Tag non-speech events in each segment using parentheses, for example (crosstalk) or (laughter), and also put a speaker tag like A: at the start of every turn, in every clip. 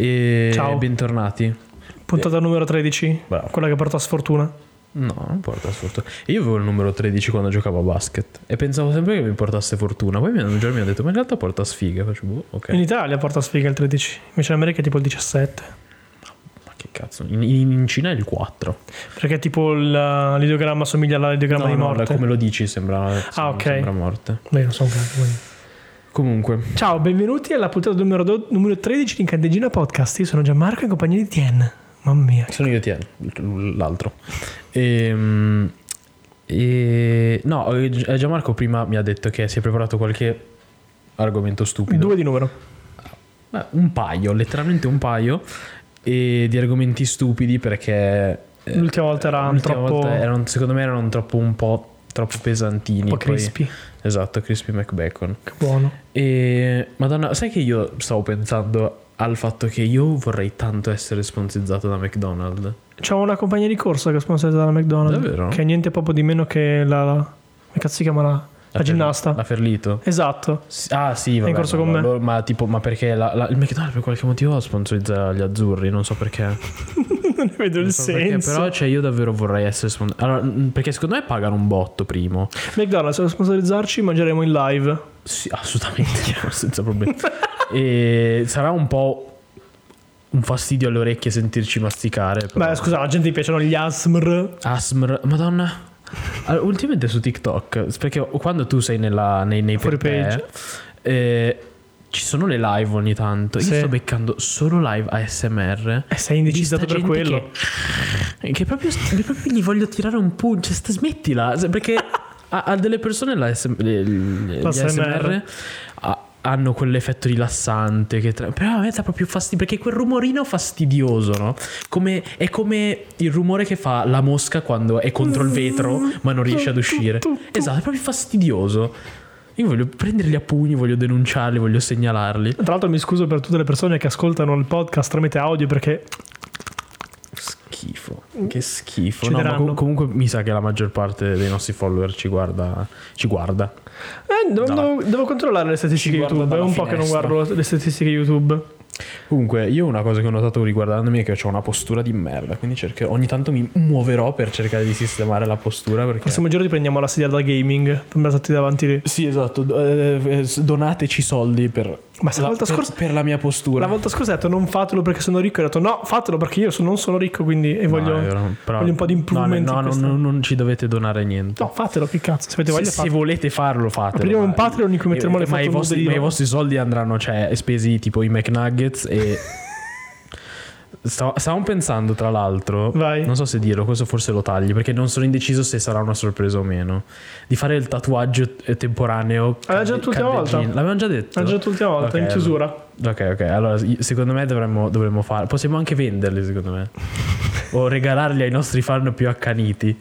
A: E
B: Ciao.
A: bentornati.
B: Puntata numero 13,
A: Eh. Bravo.
B: quella che porta a sfortuna.
A: No, non porta sfortuna. Io avevo il numero 13 quando giocavo a basket e pensavo sempre che mi portasse fortuna. Poi mi- un giorno mi hanno detto, ma in realtà porta sfiga. Faccio, boh, ok.
B: In Italia porta sfiga il 13, invece in America è tipo il 17.
A: Ma che cazzo? In, in- in Cina è il 4.
B: Perché tipo il- l'ideogramma somiglia all'ideogramma di morte.
A: come lo dici sembra,
B: Ah, ok.
A: sembra morte.
B: Beh, non so un cazzo, quindi.
A: Comunque,
B: Ciao, benvenuti alla puntata numero, do- numero 13 di Incandegina Podcast. Io sono Gianmarco in compagnia di Tien. Mamma mia.
A: sono io Tien, l'altro. Ehm, E, no, eh, Gi- eh, Gianmarco prima mi ha detto che si è preparato qualche argomento stupido.
B: Due di numero.
A: Beh, un paio, letteralmente un paio e di argomenti stupidi perché eh,
B: L'ultima volta era
A: l'ultima
B: troppo
A: volta
B: un
A: erano- secondo me erano troppo un po' troppo pesantini.
B: po'
A: poi-
B: crispy.
A: esatto, crispy McBacon.
B: Che buono.
A: E Madonna, sai che io stavo pensando al fatto che io vorrei tanto essere sponsorizzato da McDonald's.
B: C'ho una compagnia di corsa che è sponsorizzata da McDonald's.
A: Davvero?
B: Che è niente proprio di meno che la. la come cazzo si chiama la. La,
A: Fer-
B: ginnasta.
A: La Ferlito.
B: Esatto.
A: Sì- Ah sì, vabbè,
B: in corso
A: no,
B: con me?
A: loro- ma tipo, ma perché la- la- il McDonald's per qualche motivo sponsorizza gli azzurri, non so perché.
B: non ne vedo il
A: Non so perché,
B: senso.
A: però cioè, io davvero vorrei essere spon- allora, mh, Perché secondo me pagano un botto primo.
B: McDonald's, se lo sponsorizzarci, mangeremo in live.
A: Sì, assolutamente, (laughs)
B: (laughs)
A: senza problemi. e sarà un po' un fastidio alle orecchie sentirci masticare. Però.
B: Beh, scusa, la gente gli piacciono gli ASMR.
A: ASMR, madonna. Allora, ultimamente su TikTok, perché quando tu sei nella, nei, nei
B: Fuori
A: per te,
B: page.
A: eh, ci sono le live ogni tanto. Io
B: Sì.
A: sto beccando solo live ASMR.
B: Eh, sei indecisato per quello.
A: Che, che proprio, che proprio gli voglio tirare un pugno. Cioè, sta- smettila. se-
B: (laughs)
A: Perché a, a delle persone la SM, le- le- gli
B: L'ASMR.
A: ASMR ha- hanno quell'effetto rilassante. Che tra- Però a me dà proprio fastidio. Perché quel rumorino fastidioso, no? Come- è come il rumore che fa la mosca quando è contro il vetro, ma non riesce ad uscire. Esatto, è proprio fastidioso. Io voglio prenderli a pugni, voglio denunciarli, voglio segnalarli.
B: Tra l'altro, mi scuso per tutte le persone che ascoltano il podcast tramite audio perché
A: Schifo, che schifo.
B: Ci
A: No, ma
B: daranno.
A: com- comunque mi sa che la maggior parte dei nostri follower ci guarda. Ci guarda.
B: Eh, devo,
A: No.
B: devo- devo controllare le statistiche
A: guarda
B: YouTube. È
A: dalla
B: un po' che non
A: finestra.
B: guardo le statistiche YouTube.
A: Comunque, io una cosa che ho notato riguardandomi è che ho una postura di merda. Quindi cercherò- ogni tanto mi muoverò per cercare di sistemare la postura. Perché...
B: Prossimo giorno ti prendiamo la sedia da gaming. Per metterti davanti lì.
A: Sì, esatto. do- eh, eh, donateci soldi per.
B: Ma se la volta
A: per-
B: scorsa-
A: per la mia postura.
B: La volta scorsa hai detto non fatelo perché sono ricco. Hai detto no, fatelo perché io so- non sono ricco quindi e
A: No,
B: voglio,
A: è vero, però-
B: voglio un po' di improvement.
A: No,
B: in
A: no, no,
B: questa-
A: non- non ci dovete donare niente.
B: No, fatelo, che cazzo. Se avete
A: Se,
B: voglia,
A: se
B: fatelo.
A: volete farlo, fatelo.
B: Apriamo
A: ma-
B: un Patreon in cui metteremo
A: Eh,
B: le
A: ma
B: foto
A: i, vostri,
B: nude di-
A: ma i vostri soldi andranno, cioè, spesi tipo i McNuggets
B: (laughs)
A: e. Stavo- Stavamo pensando, tra l'altro,
B: Vai.
A: non so se dirlo, questo forse lo tagli perché non sono indeciso se sarà una sorpresa o meno. Di fare il tatuaggio eh, temporaneo.
B: L'avevamo già detto l'ultima
A: candegina.
B: volta.
A: L'avevamo già detto.
B: L'ho già detto l'ultima volta,
A: Ok,
B: in chiusura.
A: Ok, ok. Allora, i- secondo me dovremmo, dovremmo fare. Possiamo anche venderli, secondo
B: (laughs)
A: me. o regalarli ai nostri fan più accaniti.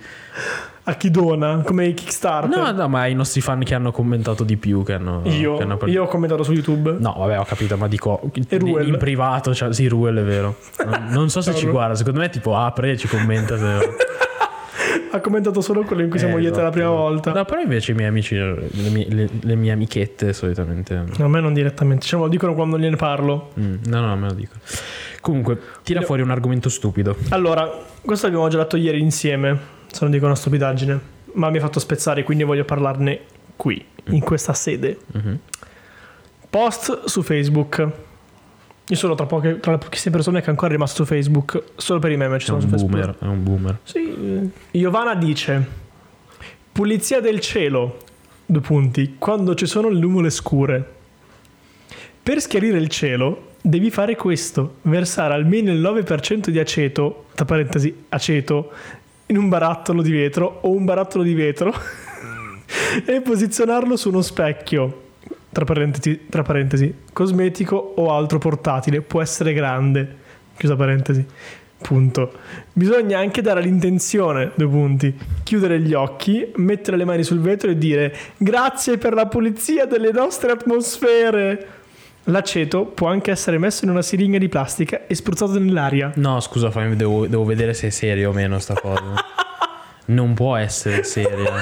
B: A chi dona? Come i Kickstarter.
A: No, no, ma i nostri fan che hanno commentato di più. Che hanno, che hanno
B: io,
A: par-
B: io ho commentato su YouTube.
A: No, vabbè, ho capito, ma dico in,
B: Ruel.
A: in privato. cioè- sì, Ruel è vero. Non, non so se
B: (laughs) Ciao,
A: ci
B: Ruel.
A: guarda. Secondo me, tipo, apre e ci commenta. Se...
B: Ha commentato solo quello in cui siamo
A: Eh,
B: lieti la
A: esatto.
B: prima volta.
A: No, però invece i miei amici, le mie, le- le mie amichette solitamente.
B: A me non direttamente, ce lo dicono quando gliene parlo.
A: Mm, no, no, me lo dico. Comunque, tira fuori un argomento stupido.
B: Allora, questo l'abbiamo già detto ieri insieme, se non dico una stupidaggine, ma mi ha fatto spezzare, quindi voglio parlarne qui,
A: Mm.
B: in questa sede.
A: Mhm.
B: Post su Facebook. Io sono tra, poche, tra le pochissime persone che ancora è rimasto su Facebook, solo per i meme
A: È
B: ci sono
A: un
B: su Facebook.
A: boomer. È un boomer.
B: Sì. eh. Giovanna dice, pulizia del cielo, due punti, quando ci sono le nuvole scure. Per schiarire il cielo devi fare questo, versare almeno il 9% di aceto, tra parentesi aceto, in un barattolo di vetro o un barattolo di vetro (laughs) e posizionarlo su uno specchio, tra parentesi, tra parentesi, cosmetico o altro portatile, può essere grande, chiusa parentesi, punto. Bisogna anche dare l'intenzione, due punti, chiudere gli occhi, mettere le mani sul vetro e dire grazie per la pulizia delle nostre atmosfere. L'aceto può anche essere messo in una siringa di plastica e spruzzato nell'aria. (laughs)
A: No, scusa, fammi, devo, devo vedere se è serio o meno sta cosa. non può essere
B: (laughs)
A: seria.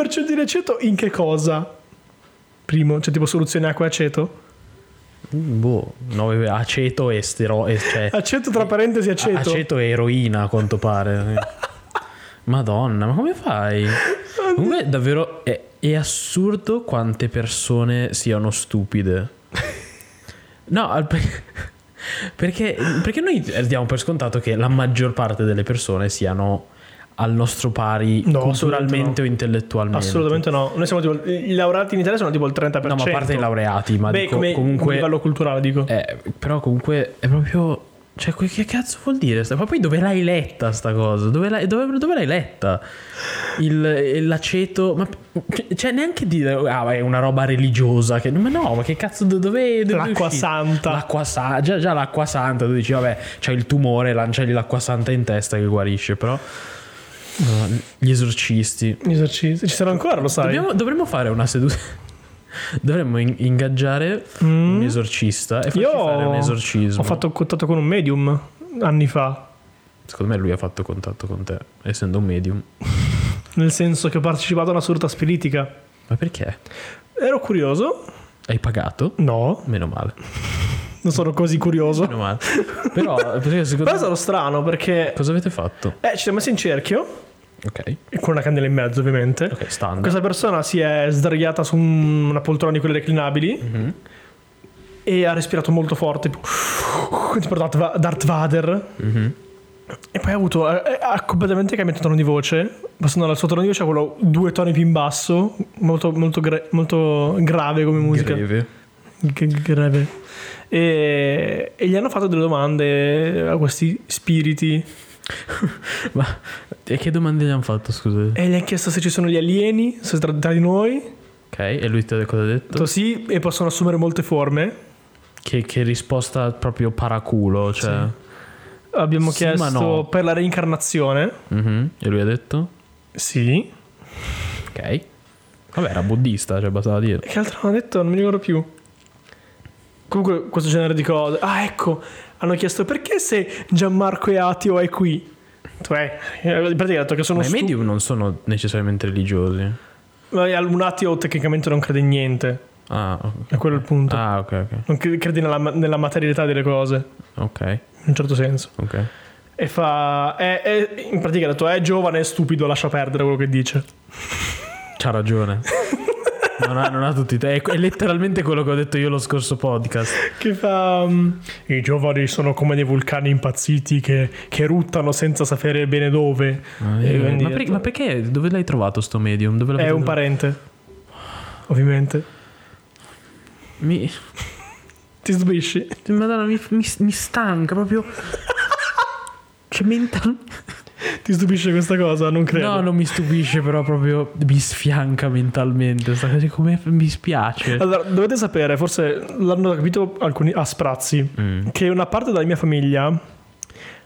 B: Il cioè 9% di aceto in che cosa? Primo, c'è tipo soluzione acqua e aceto?
A: boh, nove- aceto e stero... e- cioè,
B: Aceto tra parentesi aceto.
A: aceto e eroina, a quanto
B: (laughs)
A: pare. Madonna, ma come fai? Comunque, davvero è, è assurdo quante persone siano stupide. No, al- (laughs) perché, perché noi diamo per scontato che la maggior parte delle persone siano al nostro pari
B: No, assolutamente
A: culturalmente
B: no.
A: o intellettualmente.
B: Assolutamente no. Noi siamo tipo i laureati in Italia sono tipo il 30%.
A: No, ma a parte i laureati, ma
B: Beh,
A: dico,
B: come
A: comunque...
B: a livello culturale dico.
A: Eh, però comunque è proprio. Cioè, que- che cazzo vuol dire? sta- Ma poi dove l'hai letta sta cosa? Dove l'hai, dove- dove l'hai letta? Il, l'aceto. Ma cioè, neanche dire. Ah, ma è una roba religiosa. Che, ma no, ma che cazzo do- dove. dove è
B: L'acqua
A: uscita?
B: santa.
A: L'acqua santa. Già, già l'acqua santa. Tu dici, vabbè, c'hai il tumore, lanciagli l'acqua santa in testa che guarisce. Però. no, gli esorcisti.
B: Esercizi. Ci sarà ancora, lo sai.
A: Dobbiamo- dovremmo fare una seduta. (laughs) Dovremmo in- ingaggiare
B: Mm.
A: un esorcista e farci
B: Io
A: fare un esorcismo.
B: Ho fatto contatto con un medium anni fa.
A: Secondo me lui ha fatto contatto con te, essendo un medium.
B: Nel senso che ho partecipato a una sorta spiritica.
A: Ma perché?
B: Ero curioso?
A: Hai pagato?
B: No,
A: Meno male.
B: non sono così curioso.
A: Meno
B: (laughs)
A: male. Però, perché secondo
B: Però è
A: me,
B: stato strano perché.
A: cosa avete fatto?
B: Eh, ci siamo messi in cerchio.
A: Ok.
B: e Con una candela in mezzo, ovviamente.
A: Ok, standard.
B: Questa persona si è sdraiata su un- una poltrona di quelle reclinabili e ha respirato molto forte, tipo, tipo Darth Va- Darth Vader.
A: Mhm,
B: E poi ha avuto, eh, ha completamente cambiato tono di voce, passando dal suo tono di voce a quello due toni più in basso, molto, molto, gra- molto grave come musica.
A: Greve.
B: G- g- grave. E, e gli hanno fatto delle domande a questi spiriti
A: Ma (laughs) e che domande gli hanno fatto, scusa?
B: e gli hanno chiesto se ci sono gli alieni, se tra, tra di noi.
A: Ok, e lui te cosa ha
B: Ha
A: detto?
B: detto sì, e possono assumere molte forme.
A: Che, che risposta proprio paraculo, cioè.
B: Abbiamo
A: Sì,
B: chiesto
A: ma no.
B: per la reincarnazione.
A: Mhm. E lui ha detto?
B: Sì.
A: Ok. Vabbè, era buddista, cioè bastava dire.
B: E che altro hanno detto? Non mi ricordo più. Comunque, questo genere di cose. Ah, ecco. Hanno chiesto perché se Gianmarco è ateo è qui. Cioè, in pratica ha detto che sono
A: Ma i
B: stu-
A: medium non sono necessariamente religiosi.
B: Ma Un ateo tecnicamente non crede in niente.
A: Ah, ok.
B: È quello il punto.
A: Ah, ok, ok.
B: Non cre- crede nella, nella materialità delle cose,
A: Ok,
B: in un certo senso.
A: ok.
B: E fa. È, è- in pratica ha detto: è giovane, è stupido, lascia perdere quello che dice.
A: C'ha
B: (laughs)
A: ragione. Non ha, non ha tutti i te- È, è letteralmente quello che ho detto io lo scorso podcast.
B: Che fa. mm, I giovani sono come dei vulcani impazziti che, che ruttano senza sapere bene dove. E
A: Eh,
B: quindi
A: ma, per-
B: detto-
A: ma perché? Dove l'hai trovato sto medium? Dove
B: È
A: l'avete
B: un
A: trovato?
B: parente. Ovviamente.
A: Mi,
B: Ti sbisci.
A: Madonna, mi, mi, mi stanca proprio. Cioè, mental-
B: Ti stupisce questa cosa? Non credo.
A: No, non mi stupisce, però proprio mi sfianca mentalmente. Sta cosa come mi spiace.
B: Allora, dovete sapere, forse l'hanno capito alcuni a sprazzi,
A: Mm.
B: che una parte della mia famiglia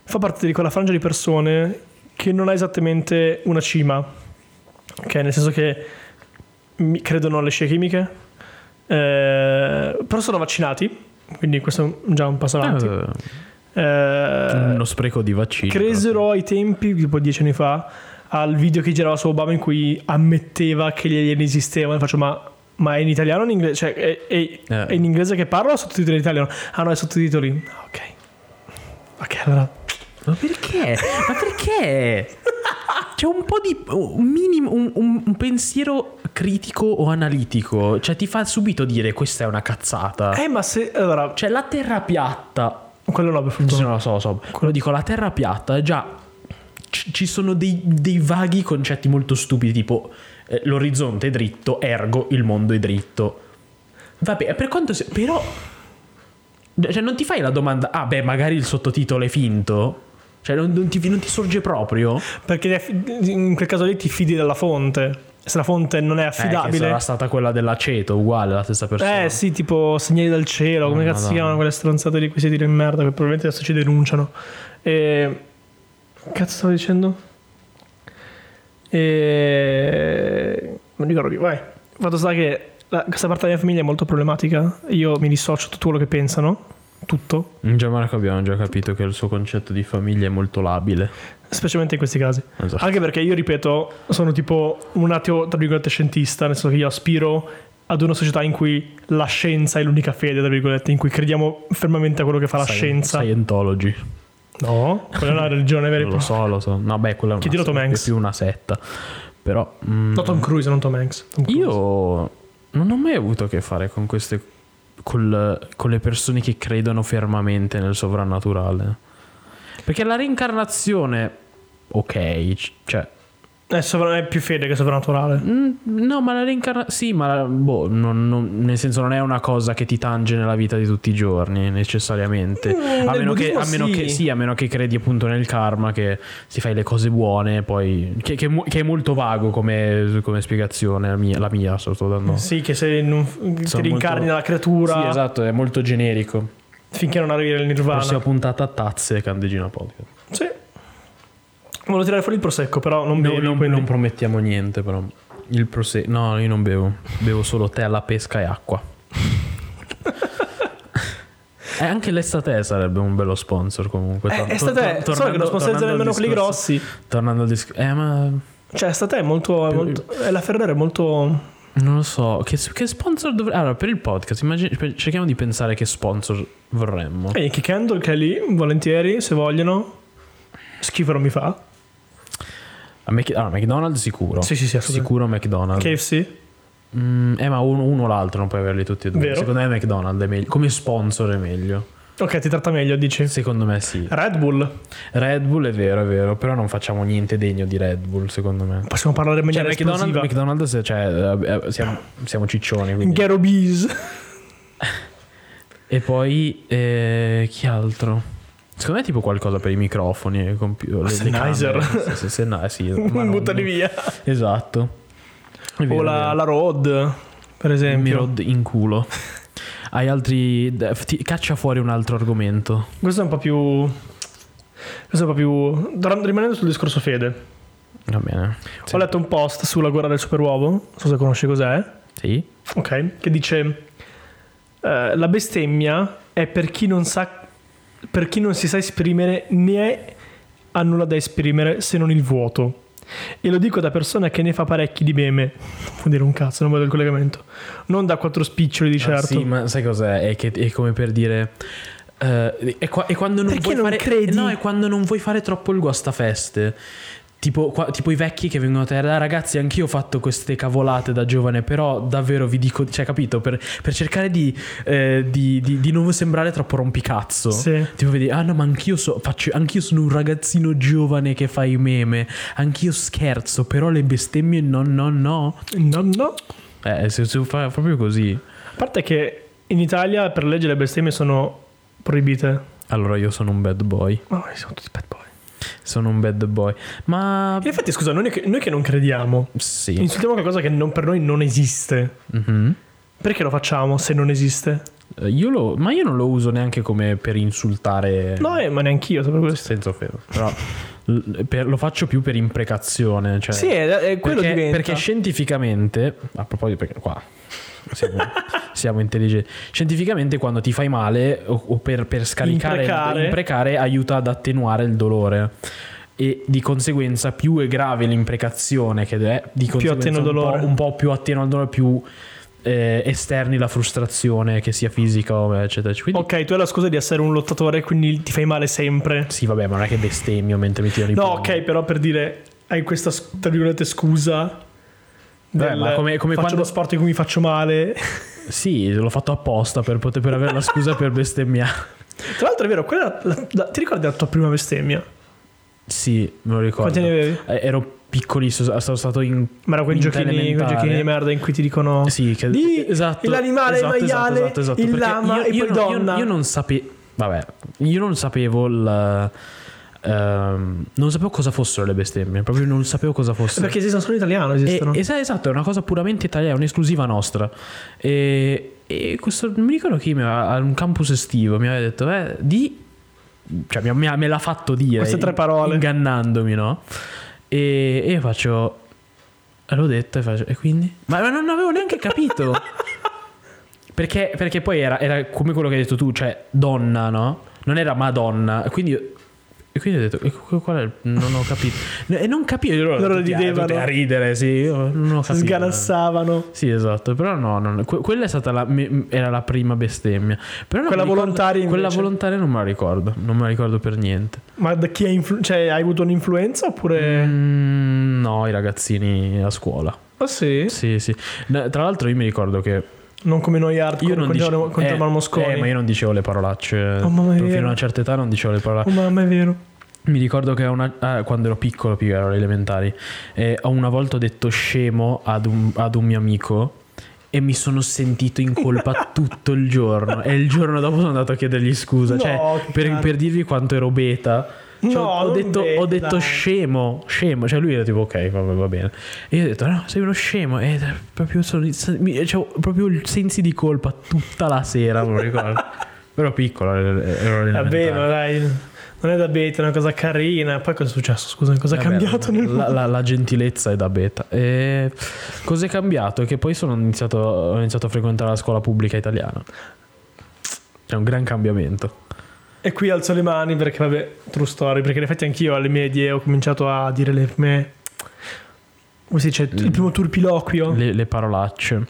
B: fa parte di quella frangia di persone che non ha esattamente una cima, ok? Nel senso che mi- credono alle scie chimiche, eh, però sono vaccinati, quindi questo è già un passo avanti.
A: Eh, cioè,
B: Eh,
A: uno spreco di vaccini.
B: Cresero ai tempi, tipo dieci anni fa, al video che girava su Obama in cui ammetteva che gli alieni esistevano. E Faccio, ma, ma è in italiano o in inglese? Cioè, è, è-
A: Eh.
B: è in inglese che parla o sottotitoli in italiano? Ah no, è sottotitoli. Ah, Ok. Ok, allora.
A: Ma perché? Ma perché? C'è un po' di un, minimo, un, un- un pensiero critico o analitico, cioè ti fa subito dire questa è una cazzata.
B: Eh, ma se... Allora...
A: Cioè la terra piatta,
B: Quello no, per
A: se
B: fortuna.
A: non lo so, lo so, quello dico la terra piatta, già c- ci sono dei, dei vaghi concetti molto stupidi tipo eh, l'orizzonte è dritto, ergo il mondo è dritto. Vabbè, per quanto se- però cioè non ti fai la domanda, ah beh, magari il sottotitolo è finto? Cioè non- non ti- non ti sorge proprio? Eh,
B: Perché in quel caso lì ti fidi della fonte. Se la fonte non è
A: Eh, che
B: affidabile...
A: sarà stata quella dell'aceto, uguale, la stessa persona.
B: Eh sì, tipo segnali dal cielo, come
A: Oh,
B: cazzo si
A: Madonna.
B: chiamano quelle stronzate lì, quei siti di merda che probabilmente adesso ci denunciano. E... Cazzo stavo dicendo? E... Non ricordo più, vai. Fatto sta che la- questa parte della mia famiglia è molto problematica, io mi dissocio da tutto quello che pensano, tutto,
A: Gianmarco abbiamo già capito che il suo concetto di famiglia è molto labile.
B: specialmente in questi casi.
A: Esatto.
B: Anche perché io, ripeto, sono tipo un ateo, tra virgolette, scientista, nel senso che io aspiro ad una società in cui la scienza è l'unica fede, tra virgolette, in cui crediamo fermamente a quello che fa la
A: Scien-
B: scienza.
A: Scientology.
B: No, quella è una religione vera e
A: Lo
B: propria.
A: so, lo so. No, beh, quella è una
B: Chiedilo a Tom
A: è
B: Hanks.
A: più una setta. Però mm,
B: No, Tom Cruise, non Tom Hanks. Tom Cruise.
A: io non ho mai avuto a che fare con queste col- con le persone che credono fermamente nel sovrannaturale. Perché la reincarnazione ok, c- cioè
B: È, sovra- è più fede che sovrannaturale.
A: Mm, No, ma la reincarnazione. Sì, ma boh, non- non- nel senso, non è una cosa che ti tange nella vita di tutti i giorni, necessariamente.
B: Mm,
A: a,
B: nel
A: meno che,
B: buddismo
A: a meno
B: sì.
A: che- sì, a meno che credi appunto nel karma, che si fai le cose buone, poi. Che, che è mo- che è molto vago come, come spiegazione, la mia, la mia sto sto dando.
B: Sì, che se non ti
A: Sono
B: rincarni
A: molto-
B: nella creatura
A: Sì, esatto, è molto generico.
B: finché non arrivi nel nirvana.
A: Prossima puntata a tazze, Candegina Podcast.
B: Sì. Volevo tirare fuori il prosecco, però non
A: No,
B: bevi,
A: non,
B: quindi-
A: non promettiamo niente, però. Il prose- No, io non bevo. Bevo solo tè alla pesca e acqua.
B: (laughs)
A: e anche l'estate sarebbe un bello sponsor comunque.
B: Eh,
A: Tor-
B: è stato
A: tor-
B: solo che non sponsorizzano
A: tornando
B: nemmeno
A: al
B: quelli
A: discorso-
B: grossi.
A: Tornando al discorso... Eh, ma...
B: Cioè, è stata è molto, è molto- eh, la Ferrari è molto
A: Non lo so. Che, che sponsor dovremmo... Allora, per il podcast, immagini- per- cerchiamo di pensare che sponsor vorremmo.
B: E Yankee Candle che è lì, volentieri, se vogliono. Schifo non mi fa.
A: Oh, A Mc- allora, McDonald's sicuro.
B: Sì, sì, sì, assolutamente.
A: Sicuro McDonald's.
B: KFC.
A: Mm, eh, ma uno, uno o l'altro non puoi averli tutti e due.
B: Vero.
A: Secondo me McDonald's è meglio. Come sponsor è meglio.
B: Ok, ti tratta meglio, dici.
A: Secondo me sì.
B: Red Bull.
A: Red Bull è vero, è vero, però non facciamo niente degno di Red Bull, secondo me.
B: Possiamo parlare in
A: Cioè,
B: maniera
A: McDonald's,
B: esplosiva.
A: McDonald's, cioè, eh, eh, siamo, siamo ciccioni. quindi.
B: Garo Bees.
A: E poi, eh, chi altro? Secondo me tipo qualcosa per i microfoni, i compi- le- le
B: Ah, Sennheiser.
A: camere. Sì, sì, Sennheiser,
B: (laughs)
A: sì, ma non-
B: Buttali via.
A: Esatto. È vero,
B: o
A: è
B: la,
A: vero.
B: la Road, per esempio.
A: Mirod in
B: (laughs)
A: culo. Hai altri... ti- Caccia fuori un altro argomento.
B: Questo è un po' più... Questo è un po' più... Tor- Rimanendo sul discorso fede.
A: Va bene. Sì.
B: Ho letto un post sulla guerra del superuovo, non so se conosci cos'è.
A: Sì?
B: Ok, che dice eh, la bestemmia è per chi non sa per chi non si sa esprimere né ha nulla da esprimere se non il vuoto. E lo dico da persona che ne fa parecchi di meme. (laughs) Non Vuol dire un cazzo, non vedo il collegamento. Non da quattro spiccioli di certo.
A: Ah, Sì, ma sai cos'è? È, che- è come per dire. eh, è, qua- è quando non
B: Perché
A: vuoi
B: non
A: fare,
B: credi?
A: No, è quando non vuoi fare troppo il guastafeste. Tipo, qua- tipo i vecchi che vengono a te, "Ah, ragazzi, anch'io ho fatto queste cavolate da giovane, però davvero vi dico, cioè, capito? Per, per cercare di, eh, di- di- di non sembrare troppo rompicazzo.
B: Sì.
A: Tipo vedi, ah no, ma anch'io, so- faccio- anch'io sono un ragazzino giovane che fa i meme, anch'io scherzo, però le bestemmie no, no, no.
B: No, no.
A: Eh, se, se fa proprio così.
B: A parte che in Italia per legge le bestemmie sono proibite.
A: Allora io sono un bad boy.
B: Ma noi siamo tutti bad boy.
A: Sono un bad boy. Ma
B: In effetti, scusa, noi che, noi che non crediamo,
A: sì.
B: insultiamo qualcosa che non- per noi non esiste.
A: Mhm.
B: Perché lo facciamo se non esiste?
A: Eh, Io lo, ma io non lo uso neanche come per insultare.
B: No, eh, ma neanche io, per questo.
A: Senza offesa. Però l- per- lo faccio più per imprecazione. Cioè,
B: Sì, è, è quello
A: perché,
B: diventa.
A: perché scientificamente. A proposito, perché qua.
B: (laughs)
A: Siamo, siamo intelligenti. Scientificamente, quando ti fai male o, o per, per scaricare,
B: Imprecare.
A: imprecare, aiuta ad attenuare il dolore. E di conseguenza, più è grave l'imprecazione, che è di
B: Più
A: conseguenza
B: attiene il
A: un,
B: dolore.
A: Po', un po' più attieno al dolore, più eh, esterni la frustrazione, che sia fisica, o eccetera. Cioè, Quindi,
B: Ok, tu hai la scusa di essere un lottatore, quindi ti fai male sempre.
A: sì, vabbè, ma non è che bestemmio mentre mi tiro i
B: No,
A: pugni.
B: ok, però per dire, hai questa, sc- tra virgolette, scusa.
A: Beh,
B: del
A: Eh, ma come- come
B: faccio
A: quando-
B: uno sport in cui mi faccio male. (laughs)
A: Sì, l'ho fatto apposta per poter per avere la scusa
B: (laughs)
A: per bestemmiare.
B: Tra l'altro è vero, quella, la- la- ti ricordi la tua prima bestemmia?
A: Sì, me lo ricordo.
B: Quanti ne avevi?
A: Eh, ero piccolissimo, sono stato in.
B: Ma era quei
A: Quinta
B: giochini, quei
A: elementare. Eh,
B: giochini di merda in cui ti dicono...
A: Sì, che,
B: Lì,
A: esatto.
B: l'animale, il
A: esatto, esatto,
B: maiale,
A: esatto, esatto,
B: il
A: perché
B: lama e poi
A: non-
B: donna.
A: Io, non sapevo. Vabbè, io non sapevo il. ehm, non sapevo cosa fossero le bestemmie. Proprio non sapevo cosa fossero.
B: Perché esistono solo in italiano, esistono.
A: E- es- esatto, è una cosa puramente italiana, un'esclusiva nostra. E, e questo, mi ricordo che mi aveva- a un campus estivo mi aveva detto, eh, di... Cioè, mi- mi- me l'ha fatto dire.
B: Queste tre parole.
A: Ingannandomi, no? E, e io faccio... "Eh, L'ho detto e faccio... E quindi? Ma, ma non avevo neanche
B: (laughs)
A: capito. perché, perché poi era, era come quello che hai detto tu, cioè donna, no? Non era Madonna. Quindi... io- E quindi ho detto, e qu- qual è il- non ho capito. No, E non capivo. e Loro,
B: Loro
A: tutti a-
B: ridevano.
A: tutti "Ah, A, ridere, sì, io non ho capito.
B: Sgalassavano.
A: Sì, esatto, però no, non- que- quella è stata la, me- era la prima bestemmia. Però non
B: Quella
A: mi ricordo-
B: volontaria
A: Quella
B: invece?
A: volontaria non me la ricordo, non me la ricordo per niente.
B: Ma da chi hai influ- cioè, hai avuto un'influenza oppure...
A: Mm, no, i ragazzini a scuola.
B: Ah sì?
A: Sì, sì. No, tra l'altro io mi ricordo che
B: Non come noi hardcore
A: io non
B: con,
A: dice-
B: Giacomo- con
A: eh,
B: Giacomo Mosconi.
A: eh, ma io non dicevo le parolacce.
B: Oh, mamma mia.
A: Fino a una certa età non dicevo le parolacce.
B: Oh mamma, è
A: (laughs)
B: vero.
A: Mi ricordo che a una- ah, quando ero piccolo, più ero alle elementari, eh, ho una volta ho detto scemo ad un, ad un mio amico e mi sono sentito in
B: (laughs)
A: colpa tutto il giorno. E il giorno dopo sono andato a chiedergli scusa.
B: No,
A: cioè,
B: che
A: per,
B: cazzo.
A: per dirvi quanto ero beta. cioè,
B: No,
A: ho,
B: non
A: detto, ho
B: beta,
A: detto
B: dai.
A: scemo, scemo. Cioè, lui era tipo, ok, va, va bene. E io ho detto, no, sei uno scemo. E proprio, sono, mi- c'ho proprio il sensi di colpa tutta la sera, non
B: (laughs)
A: ricordo. Ero piccolo, eh, ero ero alle
B: Eh, Vabbè,
A: elementari.
B: ma dai, non è da beta, è una cosa carina. Poi cosa è successo? Scusa, cosa è
A: Vabbè,
B: cambiato nel
A: la,
B: mondo?
A: la- la gentilezza è da beta. E cos'è cambiato? Che poi sono iniziato, ho iniziato a frequentare la scuola pubblica italiana. C'è un gran cambiamento.
B: E qui alzo le mani perché, vabbè, true story, perché in effetti anch'io alle medie ho cominciato a dire le me... Come si dice? Il primo turpiloquio?
A: Le, le parolacce.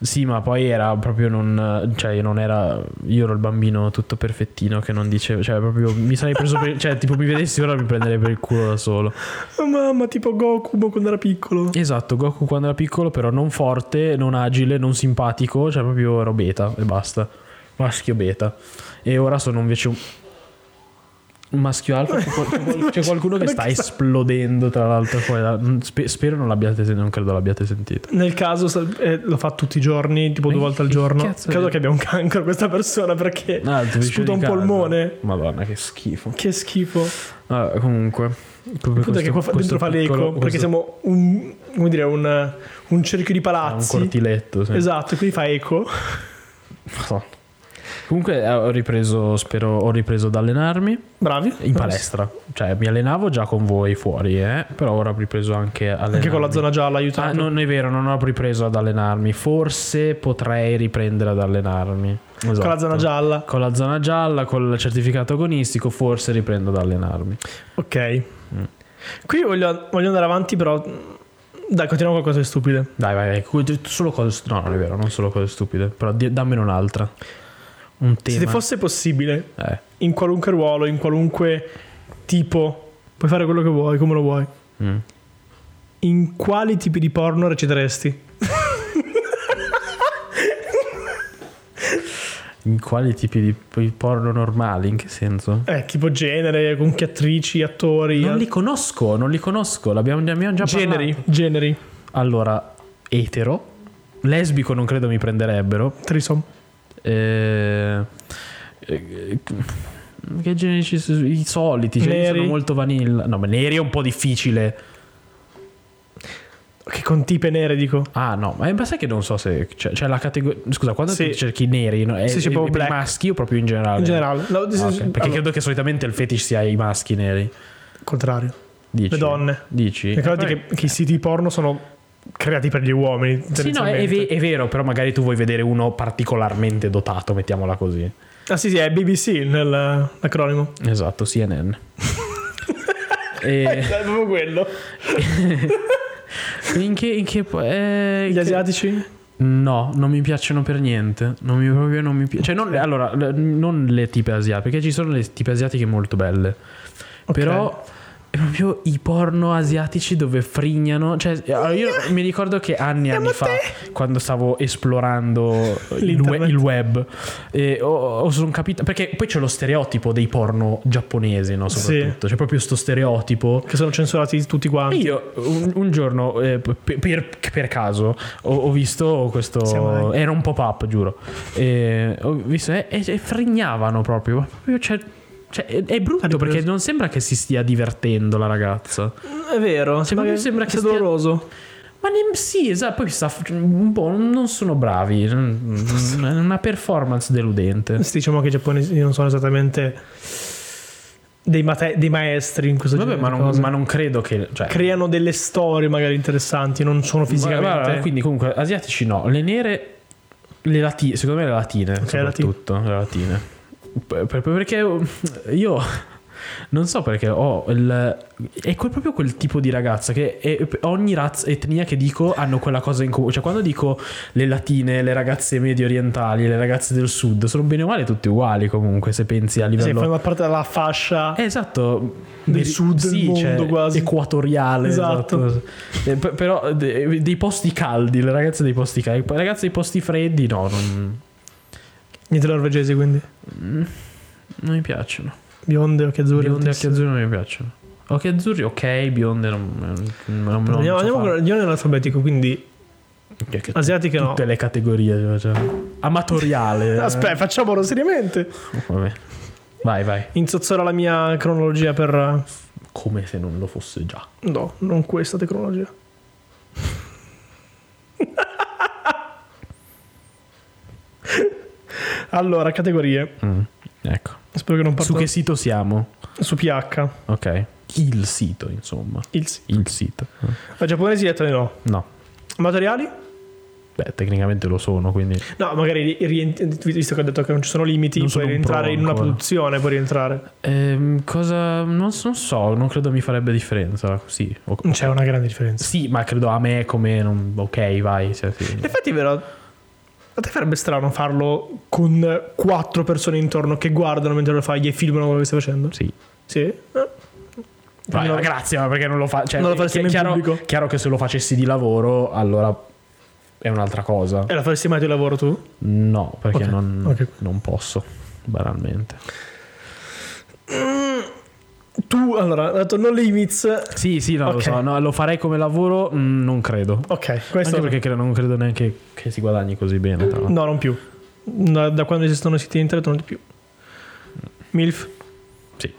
A: Sì, ma poi era proprio non. Cioè, io non era. Io ero il bambino tutto perfettino che non diceva. Cioè, proprio mi sarei preso per. Cioè, tipo, mi vedessi ora mi prenderei per il culo da solo.
B: Oh, mamma, tipo Goku boh, quando era piccolo.
A: Esatto, Goku quando era piccolo, però non forte, non agile, non simpatico, cioè proprio ero beta e basta. Maschio beta. E ora sono invece un un maschio alfa. C'è, qual- c'è qual- c'è qualcuno che sta esplodendo, tra l'altro. Fuori da- non- spe- spero non l'abbiate sen- non credo l'abbiate sentito.
B: Nel caso sal- eh, lo fa tutti i giorni, tipo
A: Ma
B: due
A: che-
B: volte al
A: che
B: giorno.
A: cazzo
B: Credo
A: è?
B: che abbia un cancro questa persona perché
A: Ah, tu dici
B: sputa
A: di
B: un
A: casa.
B: polmone.
A: Madonna, che schifo.
B: Che schifo.
A: Allora, comunque.
B: Il punto è che qua fa- dentro fa l'eco perché siamo un, come dire, un, un cerchio di
A: Ah, un
B: palazzi.
A: cortiletto. Sì.
B: esatto, quindi fa eco.
A: Madonna. Comunque eh, ho ripreso, spero, ho ripreso ad allenarmi.
B: Bravi.
A: In palestra, cioè mi allenavo già con voi fuori, eh? però ora ho ripreso anche a allenarmi.
B: Anche con la zona gialla
A: Ah,
B: aiutato.
A: non è vero, non ho ripreso ad allenarmi. Forse potrei riprendere ad allenarmi. Esatto.
B: Con la zona gialla.
A: Con la zona gialla, col certificato agonistico, forse riprendo ad allenarmi.
B: Ok.
A: Mm.
B: Qui voglio, voglio andare avanti, però. Dai, continuiamo con cose stupide.
A: Dai, vai, vai. cu- Solo cose stu- No, non è vero, non solo cose stupide. Però di- dammene un'altra. Un tema.
B: Se fosse possibile,
A: Eh.
B: in qualunque ruolo, in qualunque tipo, puoi fare quello che vuoi, come lo vuoi.
A: Mm.
B: In quali tipi di porno reciteresti?
A: In quali tipi di di porno normali? In che senso?
B: Eh, tipo genere, con che attrici, attori.
A: Non li conosco, non li conosco. L'abbiamo ne abbiamo già parlato.
B: generi, generi.
A: Allora, etero. Lesbico non credo mi prenderebbero.
B: Trisom.
A: Eh, eh, che generi ci sono? I soliti, cioè io
B: Neri.
A: sono molto vanilla. No, ma neri è un po' difficile.
B: Che con tipe nere dico.
A: Ah, no, ma ma sai che non so se cioè, c'è, c'è la categoria. Scusa, quando
B: Sì.
A: tu cerchi neri, no? è,
B: Sì, sì,
A: è-
B: proprio
A: è per
B: black.
A: i maschi o proprio in generale?
B: In generale. No,
A: Ah, ok.
B: sì, sì,
A: Perché
B: allora,
A: credo che solitamente il fetish sia i maschi neri.
B: Contrario.
A: Dici?
B: Le donne.
A: Dici?
B: Ricordati
A: Eh,
B: che, che i siti porno sono creati per gli uomini.
A: Sì, no, è,
B: tendenzialmente.
A: ve- è vero, però magari tu vuoi vedere uno particolarmente dotato, mettiamola così.
B: Ah sì, sì, è BBC nel- l'acronimo.
A: Esatto, CNN. e,
B: È proprio quello.
A: in che... In che eh, in
B: Gli
A: che-
B: asiatici?
A: No, non mi piacciono per niente. Non mi proprio non mi pi- Cioè, non, allora, le- non le tipe asiatiche, perché ci sono le tipe asiatiche molto belle.
B: Ok.
A: Però è proprio i porno asiatici dove frignano. Cioè, allora, io mi ricordo che anni e anni fa, quando stavo esplorando il, we-
B: L'internet.
A: il web, eh, ho, ho son capito. Perché poi c'è lo stereotipo dei porno giapponesi, no?
B: Sì.
A: Soprattutto. C'è proprio sto stereotipo.
B: Che sono censurati tutti
A: E
B: quanti.
A: Io un, un giorno, eh, per, per- per caso, ho, ho visto
B: Siamo
A: questo.
B: dai.
A: Era un pop-up, giuro. E ho visto, e, e- e frignavano proprio. proprio, cioè, cioè, è, è brutto
B: ripreso.
A: perché non sembra che si stia divertendo la ragazza.
B: È vero, sembra
A: proprio sembra
B: che sembra
A: che
B: che sia
A: stia-
B: doloroso.
A: Ma ne- sì, esatto. Poi sta. fac- Un po', non sono bravi.
B: (laughs)
A: mm, È una performance deludente.
B: Sì, diciamo che i giapponesi non sono esattamente dei, mate- dei maestri in questo
A: Vabbè,
B: genere
A: ma
B: di
A: non,
B: cose.
A: ma non credo che. Cioè,
B: Creano delle storie magari interessanti, non sono fisicamente.
A: Guarda, guarda, quindi comunque asiatici no, le nere, le latine, secondo me le latine
B: latine.
A: soprattutto, le latine. Per- per- perché io Non so perché ho il- è quel- proprio quel tipo di ragazza che è- ogni razza, etnia che dico hanno quella cosa in comune. Cioè, quando dico le latine, le ragazze medio orientali, le ragazze del sud, sono bene o male tutte uguali comunque, se pensi a
B: Sì,
A: livello.
B: fanno parte della fascia.
A: Eh, Esatto,
B: Del
A: Meri-
B: sud del
A: sì,
B: mondo
A: cioè,
B: quasi.
A: equatoriale.
B: Esatto.
A: Esatto. Eh, p- però de- eh, dei posti caldi, le ragazze dei posti caldi, le ragazze dei posti freddi no, non,
B: Niente norvegesi, quindi.
A: non mi piacciono.
B: Bionde, occhi azzurri.
A: bionde e occhi
B: altissimi.
A: azzurri non mi piacciono. Occhi azzurri, ok, bionde non, non, non, non so
B: andiamo andiamo
A: fare.
B: con l'ordine alfabetico, quindi
A: Cioè, che
B: asiatiche no.
A: Tutte le categorie, cioè, amatoriale.
B: (laughs)
A: eh.
B: Aspetta, facciamolo seriamente.
A: Vabbè. Vai, vai.
B: Insozzerò la mia cronologia per... eh,
A: Come se non lo fosse già.
B: No, non questa tecnologia. (laughs) allora, categorie.
A: Mm, Ecco.
B: Spero che non parto
A: Su che sito siamo?
B: su PH.
A: Ok. Il sito, insomma.
B: Il sì.
A: Il sito.
B: La giapponesi lettere no.
A: No.
B: Materiali?
A: Beh, tecnicamente lo sono, quindi...
B: No, magari rientri- visto che ho detto che non ci sono limiti,
A: Non sono
B: puoi
A: un
B: rientrare
A: pro
B: in una
A: ancora.
B: produzione, puoi rientrare.
A: Ehm, cosa... Non, so- non so, non credo mi farebbe differenza. Sì. o-
B: Non c'è una grande differenza.
A: Sì, ma credo a me come... non- Ok, vai. cioè, sì.
B: In effetti è vero. A te farebbe strano farlo con quattro persone intorno che guardano mentre lo fai e filmano quello che stai facendo?
A: Sì.
B: Sì? Eh,
A: Vai,
B: No.
A: ma grazie, ma perché non lo fa? Cioè,
B: Non lo faresti
A: chi-
B: mai in
A: chiaro,
B: pubblico?
A: chiaro che se lo facessi di lavoro, allora è un'altra cosa.
B: E Eh, la faresti mai tu il lavoro tu?
A: No, perché
B: Ok,
A: non,
B: ok.
A: non posso, banalmente.
B: Tu, allora, ha detto no limits.
A: Sì, sì, no,
B: Ok.
A: lo so, no, lo farei come lavoro, mm, non credo.
B: Ok, questo...
A: Anche perché cre- non credo neanche che si guadagni così bene. tra l'altro.
B: No, non più. Da, da quando esistono siti internet non di più. MILF,
A: Mm. Sì,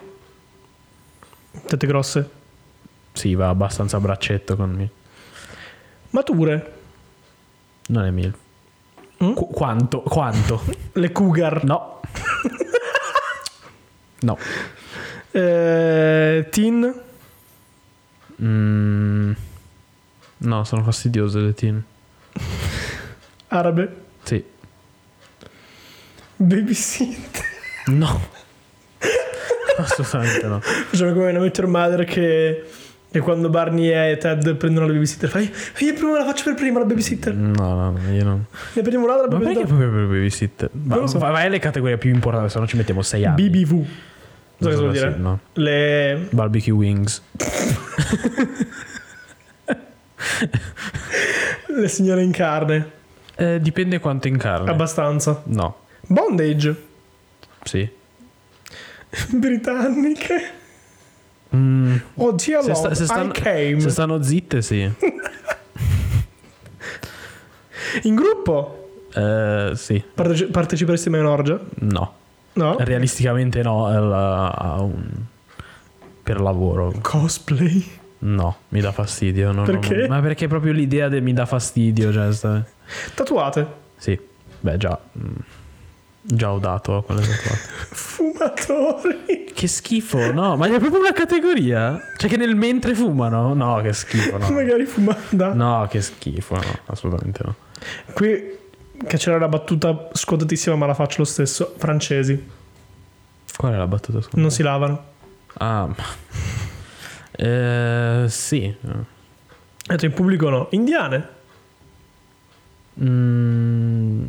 B: tette grosse.
A: sì, va abbastanza a braccetto con me.
B: Mature,
A: Non è mille.
B: Mm?
A: Qu- quanto? Quanto?
B: le cougar.
A: No. no.
B: Eh, teen,
A: Mm. no, sono fastidiose le team.
B: arabe,
A: Sì.
B: babysitter. (laughs)
A: No. Assolutamente no.
B: Facciamo come una Meteor Mother che... che quando Barney e Ted prendono la babysitter fai io prima la faccio per prima la babysitter
A: No, no, io non.
B: ne prendiamo l'altra
A: Ma
B: poi
A: perché
B: prendiamo-
A: proprio per babysitter? Ma,
B: lo so.
A: ma vai alle categorie più importanti, se no ci mettiamo 6 anni.
B: BBV so
A: Non
B: cosa
A: so
B: vuol
A: se-
B: dire.
A: no.
B: le
A: Barbecue wings.
B: le signore in carne
A: Eh, dipende quanto incarna.
B: abbastanza
A: no,
B: bondage (laughs)
A: sì.
B: britanniche
A: Mm,
B: oh dear
A: se, sta-
B: Lord,
A: se stanno,
B: I came
A: se stanno zitte, (laughs) sì.
B: in gruppo
A: Eh, sì,
B: Parteci- parteciperesti mai a un'orgia?
A: no.
B: no?
A: Realisticamente no. alla- a un- Per lavoro.
B: cosplay
A: No, mi dà fastidio. no, no, no.
B: Perché?
A: ma perché proprio l'idea de- mi dà fastidio. Cioè, sta-
B: tatuate
A: Sì, beh già, mm, già ho dato a quelle tatuate.
B: fumatori (laughs)
A: Che schifo, no? Ma è proprio una categoria? Cioè che nel mentre fumano? No, che schifo, no.
B: magari fumanda
A: No, che schifo, no, assolutamente no.
B: qui che c'era una battuta scontatissima ma la faccio lo stesso francesi
A: Qual è la battuta? Scusa?
B: non si lavano
A: Ah, ma... Eh, sì.
B: ho detto in pubblico no indiane
A: Mm,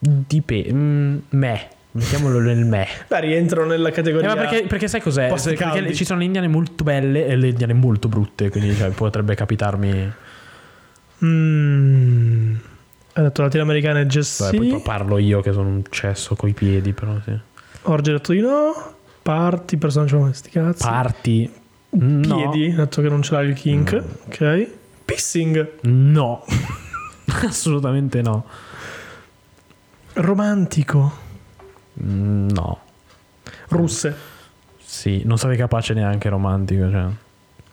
A: dipende. Mm, me. Mettiamolo nel
B: (laughs)
A: me.
B: beh rientrano nella
A: Eh,
B: categoria
A: ma perché, perché sai cos'è?
B: Posti
A: Se- Perché
B: caldi.
A: ci sono le indiane molto belle e le indiane molto brutte, quindi
B: (laughs)
A: cioè, potrebbe capitarmi...
B: Mm. Ha detto latinoamericana è
A: Vabbè, poi
B: Jessie.
A: parlo io che sono un cesso coi piedi, però sì.
B: Orge ha detto di no. Parti, personaggio ma sti cazzi.
A: Parti. No. Mm.
B: Piedi, ha detto che non ce l'ha il kink. Ok. Pissing.
A: No. (laughs) Assolutamente no.
B: Romantico.
A: Mm, No.
B: Russe.
A: Sì, non sarei capace neanche romantico. cioè.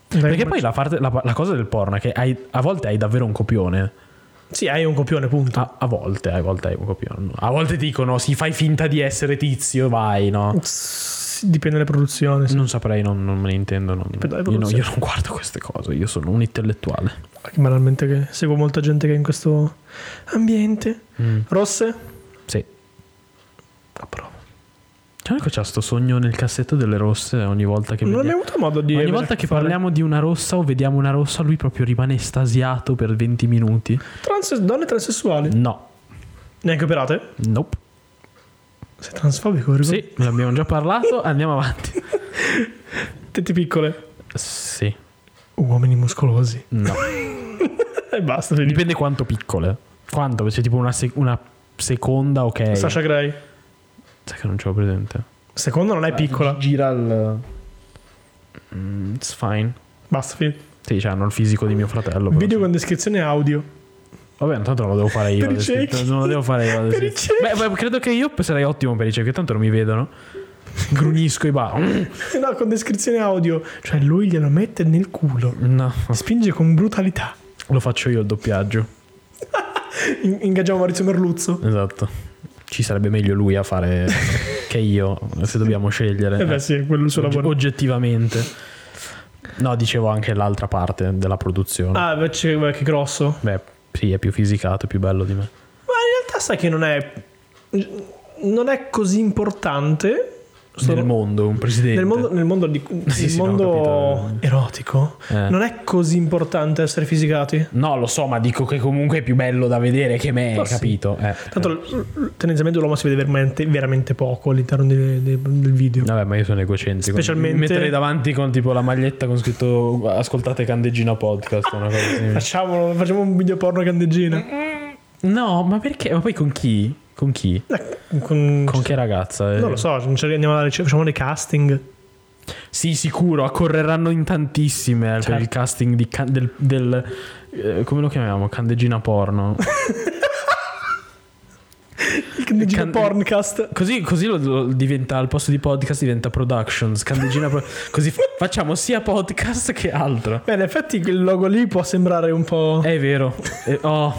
A: Perché poi la, parte- la- la cosa del porno è che hai- a volte hai davvero un copione.
B: Sì, hai un copione, punto.
A: A, a volte, a volte hai un copione. A volte dicono, si fai finta di essere tizio, vai, no?
B: Sì, dipende dalle produzioni. sì.
A: Non saprei, non, non me ne intendo. non- io,
B: dalle
A: non,
B: produzioni.
A: io non guardo queste cose, io sono un intellettuale.
B: Banalmente che seguo molta gente che è in questo ambiente.
A: Mm,
B: Rosse.
A: Sì.
B: Approvo.
A: Gianluca c'ha sto sogno nel cassetto delle rosse ogni volta che
B: Non
A: vediamo-
B: hai avuto modo di
A: Ogni
B: avere
A: volta
B: a
A: che
B: fare-
A: parliamo di una rossa o vediamo una rossa, lui proprio rimane estasiato per 20 minuti.
B: Trans- donne transessuali.
A: No,
B: Neanche operate?
A: nope.
B: Sei transfobico, vero?
A: Sì, ne abbiamo già parlato, andiamo avanti.
B: Tette piccole.
A: Sì,
B: Uomini muscolosi.
A: no.
B: (laughs) e basta. fine.
A: Dipende quanto piccole. Quanto? C'è tipo una, sec- una seconda, ok.
B: Sasha Gray.
A: Sai che non ce l'ho presente.
B: Secondo
A: Ah,
B: non è piccola.
A: Gira il... Mm, it's fine.
B: Basta, finito.
A: Sì, cioè, hanno il fisico di mio fratello. però
B: Video
A: sì.
B: con descrizione audio. (laughs)
A: Vabbè, tanto non lo devo fare io.
B: Per i
A: adesso.
B: ciechi.
A: Non lo devo fare io. adesso.
B: Per i ciechi.
A: Beh, beh, credo che io sarei ottimo per i ciechi, tanto non mi vedono. Grunisco i ba. (clears throat)
B: No, con descrizione audio. Cioè, lui glielo mette nel culo.
A: No,
B: Spinge con brutalità.
A: lo faccio io il doppiaggio.
B: In- ingaggiamo Maurizio Merluzzo.
A: Esatto. Ci sarebbe meglio lui a fare
B: (laughs)
A: che io, se dobbiamo scegliere.
B: Eh beh, sì, quello è il suo
A: Ogge-
B: lavoro.
A: oggettivamente. No, dicevo anche l'altra parte della produzione.
B: Ah, beh, c'è- beh, che grosso. Ma
A: Beh, sì, è più fisicato, è più bello di me.
B: in realtà sai che non è. Non è così importante. Sto-
A: Nel mondo, un presidente.
B: nel mondo, nel mondo, di-
A: (laughs)
B: nel
A: sì, no, ho
B: mondo
A: capito.
B: erotico
A: Eh.
B: non è così importante essere fisicati.
A: No, lo so, ma dico che comunque è più bello da vedere che me,
B: Oh, sì.
A: capito? Eh.
B: Tanto l- l- tendenzialmente l'uomo si vede veramente, veramente poco all'interno de- de- del video.
A: Vabbè, ma io sono egocentrico.
B: Specialmente-
A: Mi metterei davanti con tipo la maglietta con scritto ascoltate Candeggina podcast, una cosa simile.
B: Facciamolo, facciamo un video porno candeggina.
A: No, ma perché? Ma poi con chi? Con chi?
B: Eh, con-
A: Con che ragazza? eh?
B: non lo so, non ce li andiamo alla ricerca, facciamo dei casting.
A: Sì, sicuro, accorreranno in tantissime eh, per
B: Certo.
A: il casting di can- del, del, eh, come lo chiamiamo? Candeggina porno. (laughs)
B: Il candeggina
A: Can-
B: porncast.
A: Così, così lo, lo diventa al posto di podcast diventa productions, candeggina Pro- così fa- facciamo sia podcast che altro.
B: Beh, in effetti quel logo lì può sembrare un po'.
A: È vero. È, oh.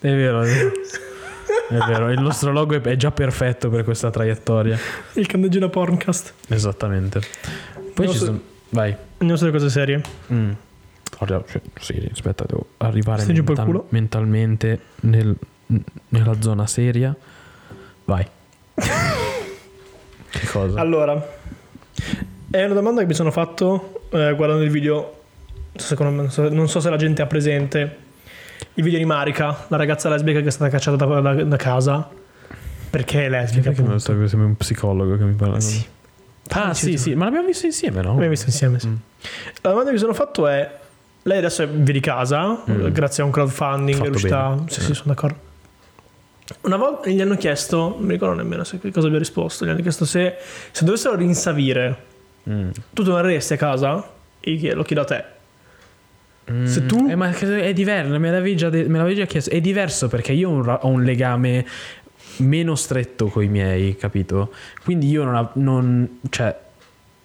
A: È vero. È vero. È vero, il nostro logo è- è già perfetto per questa traiettoria.
B: Il candeggina porncast.
A: Esattamente. Poi
B: Non
A: ci
B: so-
A: sono Vai.
B: Andiamo sulle cose serie.
A: Mm. Guarda, cioè, sì, aspetta, devo arrivare
B: Stringi un po' il
A: mental-
B: culo.
A: mentalmente nel- nella zona seria. Vai. (laughs) che cosa?
B: Allora, è una domanda che mi sono fatto eh, guardando il video. Secondo me, non so, non so se la gente ha presente il video di Marika, la ragazza lesbica che è stata cacciata da, da- da casa perché è lesbica.
A: Perché me lo
B: appunto.
A: so, sembra un psicologo che mi parla.
B: Sì.
A: Ah, Eh sì, sì, ma l'abbiamo visto insieme, no?
B: L'abbiamo visto insieme. sì.
A: Mm.
B: La domanda che mi sono fatto è: lei adesso è via di casa,
A: Mm.
B: grazie a un crowdfunding,
A: Fatto
B: è riuscita.
A: bene. Eh.
B: Sì, sì, sono d'accordo. Una volta gli hanno chiesto, non mi ricordo nemmeno se, che cosa abbia risposto. Gli hanno chiesto se, se dovessero rinsavire
A: Mm.
B: Tu torneresti a casa? E chi- lo chiedo a te. Se tu-
A: Eh, ma che- è diverso, me l'avevi, già de- me l'avevi già chiesto. È diverso perché io ho un, ra- ho un legame meno stretto con i miei, capito? Quindi io non, av- non- cioè,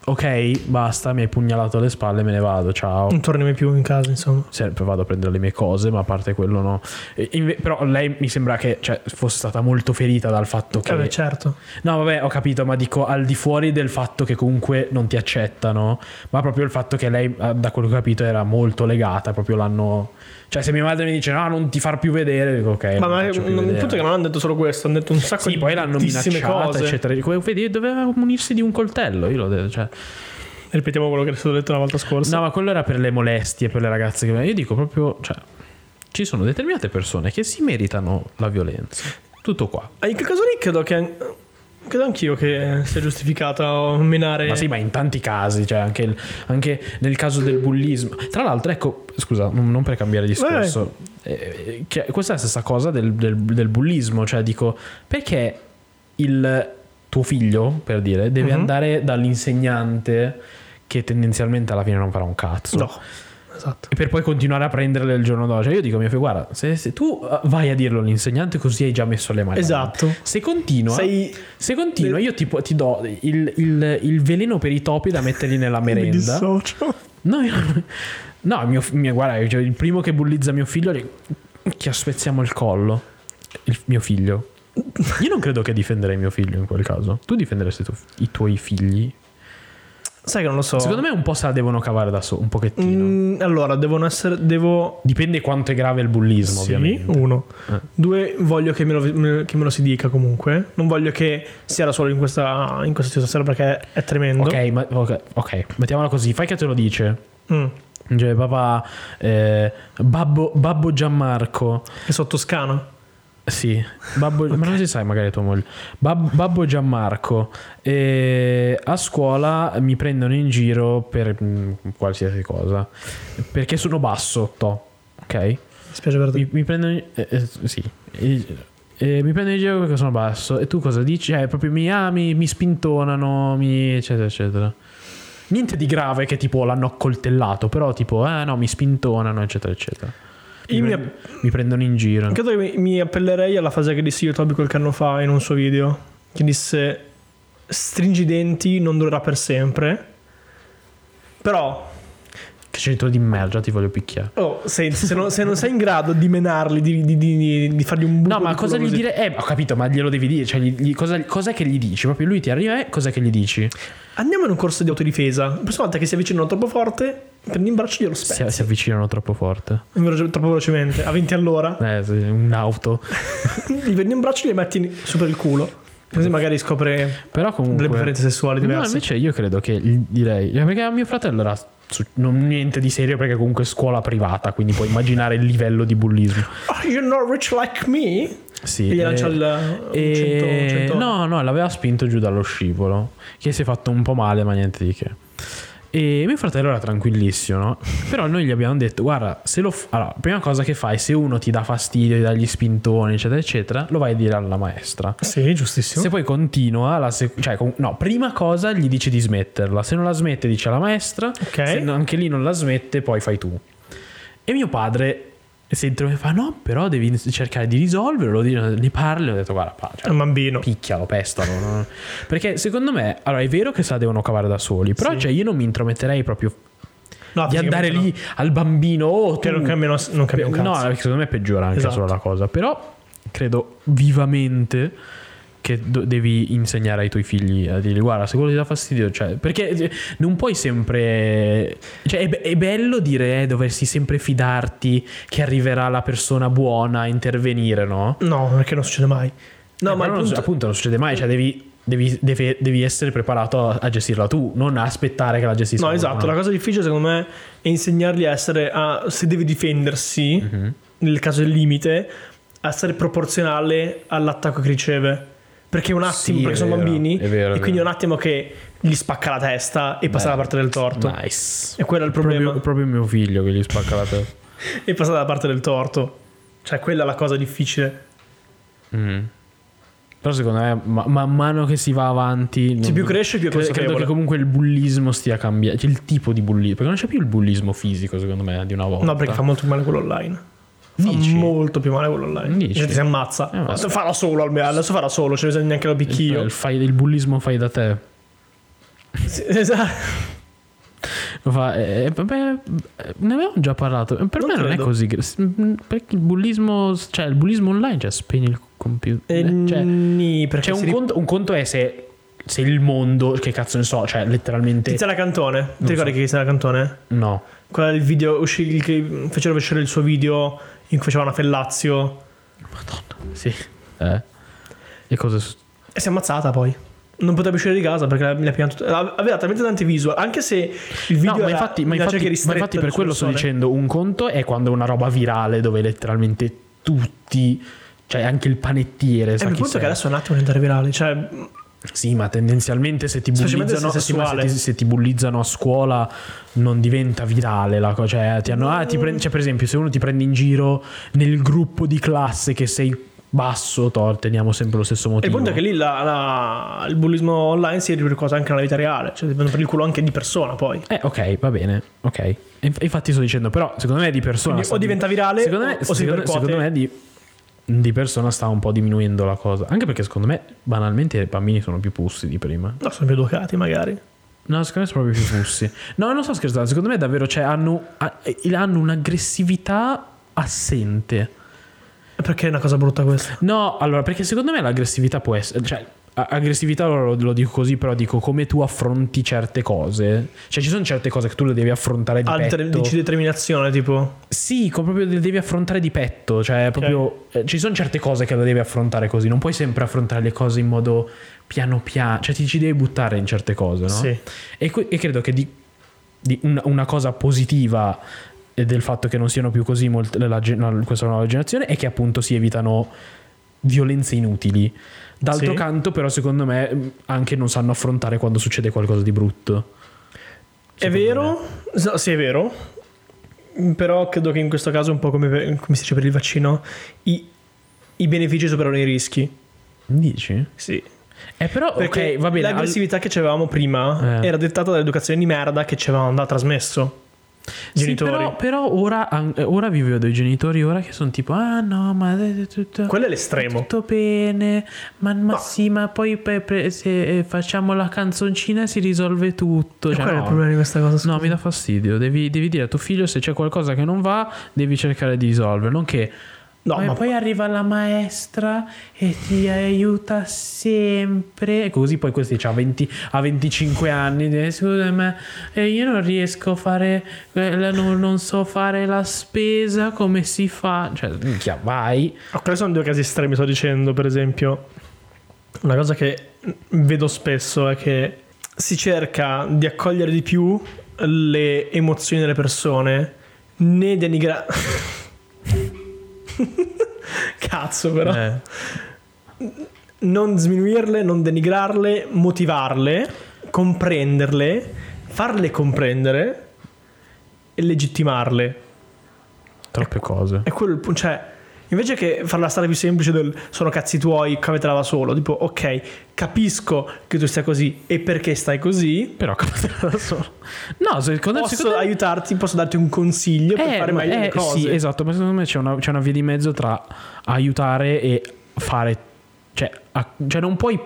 A: ok, basta, mi hai pugnalato alle spalle, me ne vado, ciao.
B: Non torni mai più in casa, insomma.
A: Sempre vado a prendere le mie cose, ma a parte quello no. E inve- però lei mi sembra che cioè, fosse stata molto ferita dal fatto che...
B: Eh beh, certo.
A: No, vabbè, ho capito, ma dico al di fuori del fatto che comunque non ti accettano, ma proprio il fatto che lei, eh, da quello che ho capito, era molto legata, proprio l'hanno... Cioè, se mia madre mi dice no, non ti far più vedere, dico ok.
B: ma
A: non
B: ma
A: ti
B: il
A: faccio più
B: punto è
A: vedere".
B: che non hanno detto solo questo, hanno detto un sacco
A: Sì,
B: di
A: poi l'hanno
B: tantissime
A: minacciata,
B: cose.
A: eccetera. Dico, Vedi, doveva munirsi di un coltello, io l'ho detto, cioè...
B: Ripetiamo quello che è stato detto la volta scorsa.
A: No, ma quello era per le molestie, per le ragazze che... Io dico proprio, cioè, ci sono determinate persone che si meritano la violenza. Tutto qua.
B: Ah, In quel caso lì credo che. Credo anch'io che sia giustificata menare.
A: Ma sì, ma in tanti casi, cioè anche, il- anche nel caso del bullismo. Tra l'altro, ecco, scusa, non non per cambiare discorso, eh, che- questa è la stessa cosa del, del- del bullismo, cioè dico, perché il tuo figlio, per dire, deve
B: Mhm.
A: andare dall'insegnante che tendenzialmente alla fine non farà un cazzo.
B: No. Esatto.
A: E per poi continuare a prenderle il giorno dopo. Cioè, io dico, mio figlio, guarda, se, se tu eh, vai a dirlo all'insegnante così hai già messo le mani.
B: Esatto.
A: Se continua...
B: Sei.
A: Se continua, io ti, po- ti do il, il- il veleno per i topi da mettergli
B: (laughs)
A: nella
B: Mi
A: merenda.
B: dissocio.
A: No, io- (laughs) no mio, fi- mio- guarda, cioè, il primo che bullizza mio figlio, gli, gli aspezziamo il collo. Il mio figlio. Io non credo che difenderei mio figlio in quel caso. Tu difenderesti tu- i tuoi figli?
B: Sai che non lo so.
A: Secondo me un po' se la devono cavare da solo, un pochettino.
B: Mm, allora, devono essere. Devo.
A: Dipende quanto è grave il bullismo,
B: Sì,
A: ovviamente.
B: uno.
A: Eh.
B: Due, voglio che me, lo, me- che me lo si dica comunque. Non voglio che sia da solo in questa, in questa situazione perché è tremendo.
A: Ok, ma- ok, ok, mettiamola così, fai che te lo dice.
B: Mm.
A: Cioè, papà, eh, babbo, babbo Gianmarco,
B: E sono toscano.
A: sì, babbo, ma non si sai magari tua moglie, Bab- babbo Gianmarco, eh, a scuola mi prendono in giro per mm, qualsiasi cosa, perché sono basso, to, ok?
B: Mi spiace per te.
A: Mi, mi prendono in- eh, eh, sì. Eh, eh, mi prendono in giro perché sono basso. E tu cosa dici? Eh, proprio mi ami, mi spintonano, mi- eccetera, eccetera. Niente di grave che tipo l'hanno accoltellato, però tipo, eh no, mi spintonano, eccetera, eccetera. Mi,
B: Io mi
A: pre- mi prendono in giro.
B: Credo che mi, mi appellerei alla frase che dissi io a Toby qualche anno fa in un suo video, che disse stringi i denti, non durerà per sempre. Però,
A: Che centro di merda, ti voglio picchiare.
B: oh, se, se non, se non sei in grado di menarli, di, di, di- di- di fargli un buco
A: No, ma
B: di
A: cosa
B: culo
A: gli
B: così-
A: dire? Eh, ho capito, ma glielo devi dire. Cioè, gli- gli- cosa, cosa che gli dici? Proprio lui ti arriva e cosa che gli dici?
B: Andiamo in un corso di autodifesa. La prossima volta che si avvicinano troppo forte, prendi in braccio e glielo
A: Si,
B: spezzi.
A: si avvicinano troppo forte.
B: Veloce- troppo velocemente, a 20 all'ora.
A: Eh, sì, un'auto.
B: (laughs) gli prendi in braccio e gli metti su per il culo. Così magari scopre
A: Però comunque...
B: delle preferenze sessuali
A: No,
B: diverse.
A: invece io credo che gli direi. eh, Perché a mio fratello era su- non niente di serio, perché comunque scuola privata, quindi puoi immaginare il livello di bullismo.
B: Are you not rich like me?
A: Sì.
B: E gli
A: eh,
B: lancia il
A: e-
B: un cento- un centone.
A: Eh, no, no, l'aveva spinto giù dallo scivolo. Che si è fatto un po' male, ma niente di che. E mio fratello era tranquillissimo, no? Però noi gli abbiamo detto: guarda, se lo. f- allora, prima cosa che fai, se uno ti dà fastidio, ti dà gli spintoni, eccetera, eccetera, lo vai a dire alla maestra.
B: Sì, giustissimo.
A: Se poi continua, la sec- cioè, com- no, prima cosa gli dici di smetterla. Se non la smette, dice alla maestra.
B: Ok.
A: Se no- anche lì non la smette, poi fai tu. E mio padre sento e fa: No, però devi ins- cercare di risolverlo. di- Ne parli. Ho detto: Guarda, pa,
B: È
A: cioè,
B: un bambino.
A: picchialo, pestalo. no?" Perché secondo me, allora è vero che se la devono cavare da soli, però
B: Sì. Ah,
A: cioè, io non mi intrometterei proprio
B: No,
A: di andare
B: fisicamente no.
A: lì al bambino. Oh, tu,
B: Che non cambia, non cambia un
A: Beh, No,
B: cazzo.
A: perché secondo me peggiora anche
B: Esatto.
A: solo la cosa. Però credo vivamente che do- devi insegnare ai tuoi figli a dirgli guarda se quello ti dà fastidio cioè, perché eh, non puoi sempre cioè è, be- è bello dire eh, dovresti sempre fidarti che arriverà la persona buona a intervenire no?
B: No, perché non succede mai. No,
A: Eh,
B: ma il
A: però non-
B: punto...
A: appunto non succede mai cioè devi, devi- devi- devi essere preparato a, a gestirla tu non aspettare che la gestisca
B: No,
A: qualcun
B: esatto. La
A: altro.
B: cosa difficile, secondo me, è insegnargli a essere. A, se deve difendersi,
A: Mhm.
B: nel caso del limite, a essere proporzionale all'attacco che riceve. Perché è un attimo,
A: Sì,
B: perché
A: è
B: sono
A: vero,
B: bambini,
A: è vero, è
B: e quindi è
A: vero.
B: un attimo che gli spacca la testa e passa
A: Beh,
B: dalla parte del torto.
A: nice
B: E quello è il problema.
A: proprio, proprio mio figlio che gli spacca la testa
B: E passa dalla parte del torto. Cioè, quella è la cosa difficile.
A: Mm. Però secondo me ma- man mano che si va avanti... non-
B: Cioè, più cresce, più è
A: Cre- credo
B: consapevole.
A: che comunque il bullismo stia cambiando, cioè il tipo di bullismo, perché non c'è più il bullismo fisico secondo me di una volta.
B: No, perché fa molto più male quello online. Fa
A: Dici?
B: molto più male quello online.
A: Dici?
B: Gente si ammazza.
A: Eh, ma-
B: Adesso farà solo almeno. Adesso farà solo, cioè bisogna neanche lo picchio.
A: il, fai- il bullismo fai da te.
B: Sì, (laughs) esatto.
A: Lo fa- eh, vabbè, eh, ne avevamo già parlato, Eh, per
B: Non
A: me non è
B: credo.
A: così, gr- s- mm, perché il bullismo, cioè il bullismo online, cioè spegni il computer.
B: Eh,
A: Eh, cioè,
B: nì, perché
A: cioè,
B: si
A: un,
B: ri-
A: conto, un conto è se, se il mondo, che cazzo ne so, cioè letteralmente...
B: Tiziana Cantone. Ti ricordi che Tiziana Cantone?
A: No.
B: Quella del video uscì che fecero uscire il suo video in cui faceva una fellazio.
A: Madonna, sì. Eh. E cosa è successo?
B: E si è ammazzata poi. Non poteva uscire di casa perché mi ha pianto. Aveva talmente tanti visual. Anche se il video
A: No, ma
B: era
A: infatti, ma
B: una
A: infatti-
B: cerchia
A: ma
B: ristretta
A: infatti
B: di
A: per quello sto
B: persone.
A: dicendo un conto è quando è una roba virale dove letteralmente tutti, cioè anche il panettiere
B: Eh,
A: sa
B: ma il
A: chi
B: punto
A: sei.
B: è che adesso è un attimo diventare virale. Cioè,
A: Sì, ma tendenzialmente se ti
B: Specialmente
A: bullizzano,
B: se
A: sì, ma se
B: sessuale.
A: ti, se ti bullizzano a scuola non diventa virale la cosa, cioè, ti hanno- ah,
B: Mm.
A: ti prend- cioè, per esempio se uno ti prende in giro nel gruppo di classe che sei basso, to, teniamo sempre lo stesso
B: E il
A: motivo.
B: punto è che lì la- la- il bullismo online si ripercuote anche nella vita reale, cioè devono prendere il culo anche di persona poi.
A: Eh, ok, va bene, ok. E inf- infatti sto dicendo, però secondo me di persona...
B: Quindi
A: sta
B: o
A: di-
B: diventa virale
A: secondo me,
B: o, o si
A: secondo,
B: ripercuote.
A: secondo me di, di persona sta un po' diminuendo la cosa. Anche perché secondo me banalmente i bambini sono più pussi di prima.
B: No, sono più educati magari.
A: No, secondo me sono proprio più pussi. No, non sto scherzando, secondo me davvero cioè, hanno, ha- eh, hanno un'aggressività assente.
B: Perché è una cosa brutta questa.
A: No, allora, perché secondo me l'aggressività può essere... Cioè, a- aggressività lo, lo dico così, però dico come tu affronti certe cose. Cioè, ci sono certe cose che tu le devi affrontare di
B: Altre
A: petto.
B: dici determinazione, tipo.
A: Sì, co- proprio le devi affrontare di petto. Cioè, proprio. eh, ci sono certe cose che le devi affrontare così. Non puoi sempre affrontare le cose in modo piano piano. Cioè, ti ci devi buttare in certe cose, no?
B: Sì.
A: E, que- e credo che di, di un- una cosa positiva eh, del fatto che non siano più così molte- la gen- la- questa nuova generazione è che appunto si evitano violenze inutili. D'altro
B: Sì.
A: canto, però, secondo me mh, anche non sanno affrontare quando succede qualcosa di brutto.
B: È vero? No, sì, è vero. Mm, Però credo che in questo caso, un po' come, per- come si dice per il vaccino, i, i benefici superano i rischi.
A: Dici?
B: Sì.
A: Eh, però,
B: Perché
A: ok, va bene. al-
B: l'aggressività che avevamo prima
A: Eh.
B: era dettata dall'educazione di merda che ci avevano da trasmesso.
A: Sì,
B: Genitori.
A: però, però ora, an- eh, ora vi vedo i genitori ora che sono tipo, ah no, ma è tutto,
B: Quello è l'estremo.
A: tutto bene, ma, ma
B: No.
A: sì, ma poi pe- pre- se eh, facciamo la canzoncina si risolve tutto.
B: E
A: Cioè,
B: qual è il
A: no.
B: problema di questa cosa?
A: No, mi dà fastidio. Devi, devi dire a tuo figlio se c'è qualcosa che non va, devi cercare di risolvere. Non che.
B: No,
A: "Ma
B: ma-
A: poi arriva la maestra e ti aiuta sempre. E Così poi questi ha, 20 ha 25 anni. dice, Scusa, ma eh, io non riesco a fare. eh, la- Non, non so fare la spesa. Come si fa? Cioè, minchia, vai.
B: Ah, quelli sono due casi estremi, sto dicendo, per esempio. Una cosa che vedo spesso è che si cerca di accogliere di più le emozioni delle persone, né denigrare... (laughs) Cazzo però.
A: Eh.
B: Non sminuirle, non denigrarle, motivarle, comprenderle, farle comprendere e legittimarle.
A: Troppe cose.
B: È quello il punto. Cioè, invece che farla stare più semplice del sono cazzi tuoi, cavetela da solo. Tipo, ok, capisco che tu stia così e perché stai così.
A: Però (laughs) capitano da solo. No, secondo,
B: Posso
A: secondo
B: aiutarti, posso darti un consiglio per
A: Eh,
B: fare
A: ma-
B: meglio le
A: eh,
B: cose.
A: Sì, esatto, ma secondo me c'è una, c'è una via di mezzo tra aiutare e fare. Cioè, a- cioè non puoi.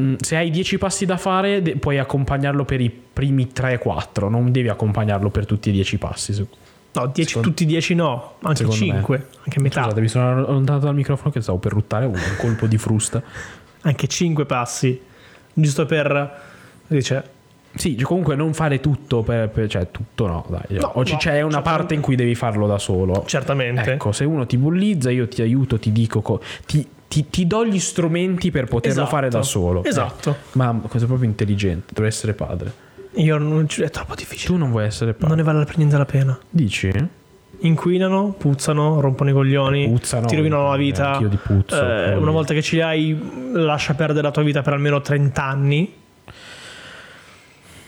A: mm, Se hai 10 passi da fare, de- puoi accompagnarlo per i primi 3-4. Non devi accompagnarlo per tutti e 10 passi. se-
B: No, dieci-
A: Secondo-
B: tutti 10 no, anche
A: secondo me.
B: 5, anche metà,
A: Scusate, mi sono allontanato dal microfono che stavo per ruttare un colpo di frusta.
B: anche 5 passi. Giusto per... Dice,
A: Sì, cioè, comunque non fare tutto, per, per- cioè tutto no, dai.
B: No,
A: o ci-
B: no,
A: c'è una
B: certamente.
A: parte in cui devi farlo da solo.
B: certamente.
A: Ecco, se uno ti bullizza, io ti aiuto, ti dico, co- ti, ti- ti do gli strumenti per poterlo
B: Esatto.
A: fare da solo.
B: Esatto.
A: Eh, ma cosa proprio intelligente, dovrei essere padre.
B: Io non... È troppo difficile.
A: Tu non vuoi essere padre.
B: Non ne vale per niente la pena.
A: Dici?
B: inquinano, puzzano, rompono i coglioni,
A: Puzzano,
B: ti rovinano la
A: eh,
B: vita.
A: anch'io di puzzo,
B: Eh,
A: proprio.
B: una volta che ci hai, lascia perdere la tua vita per almeno 30 anni.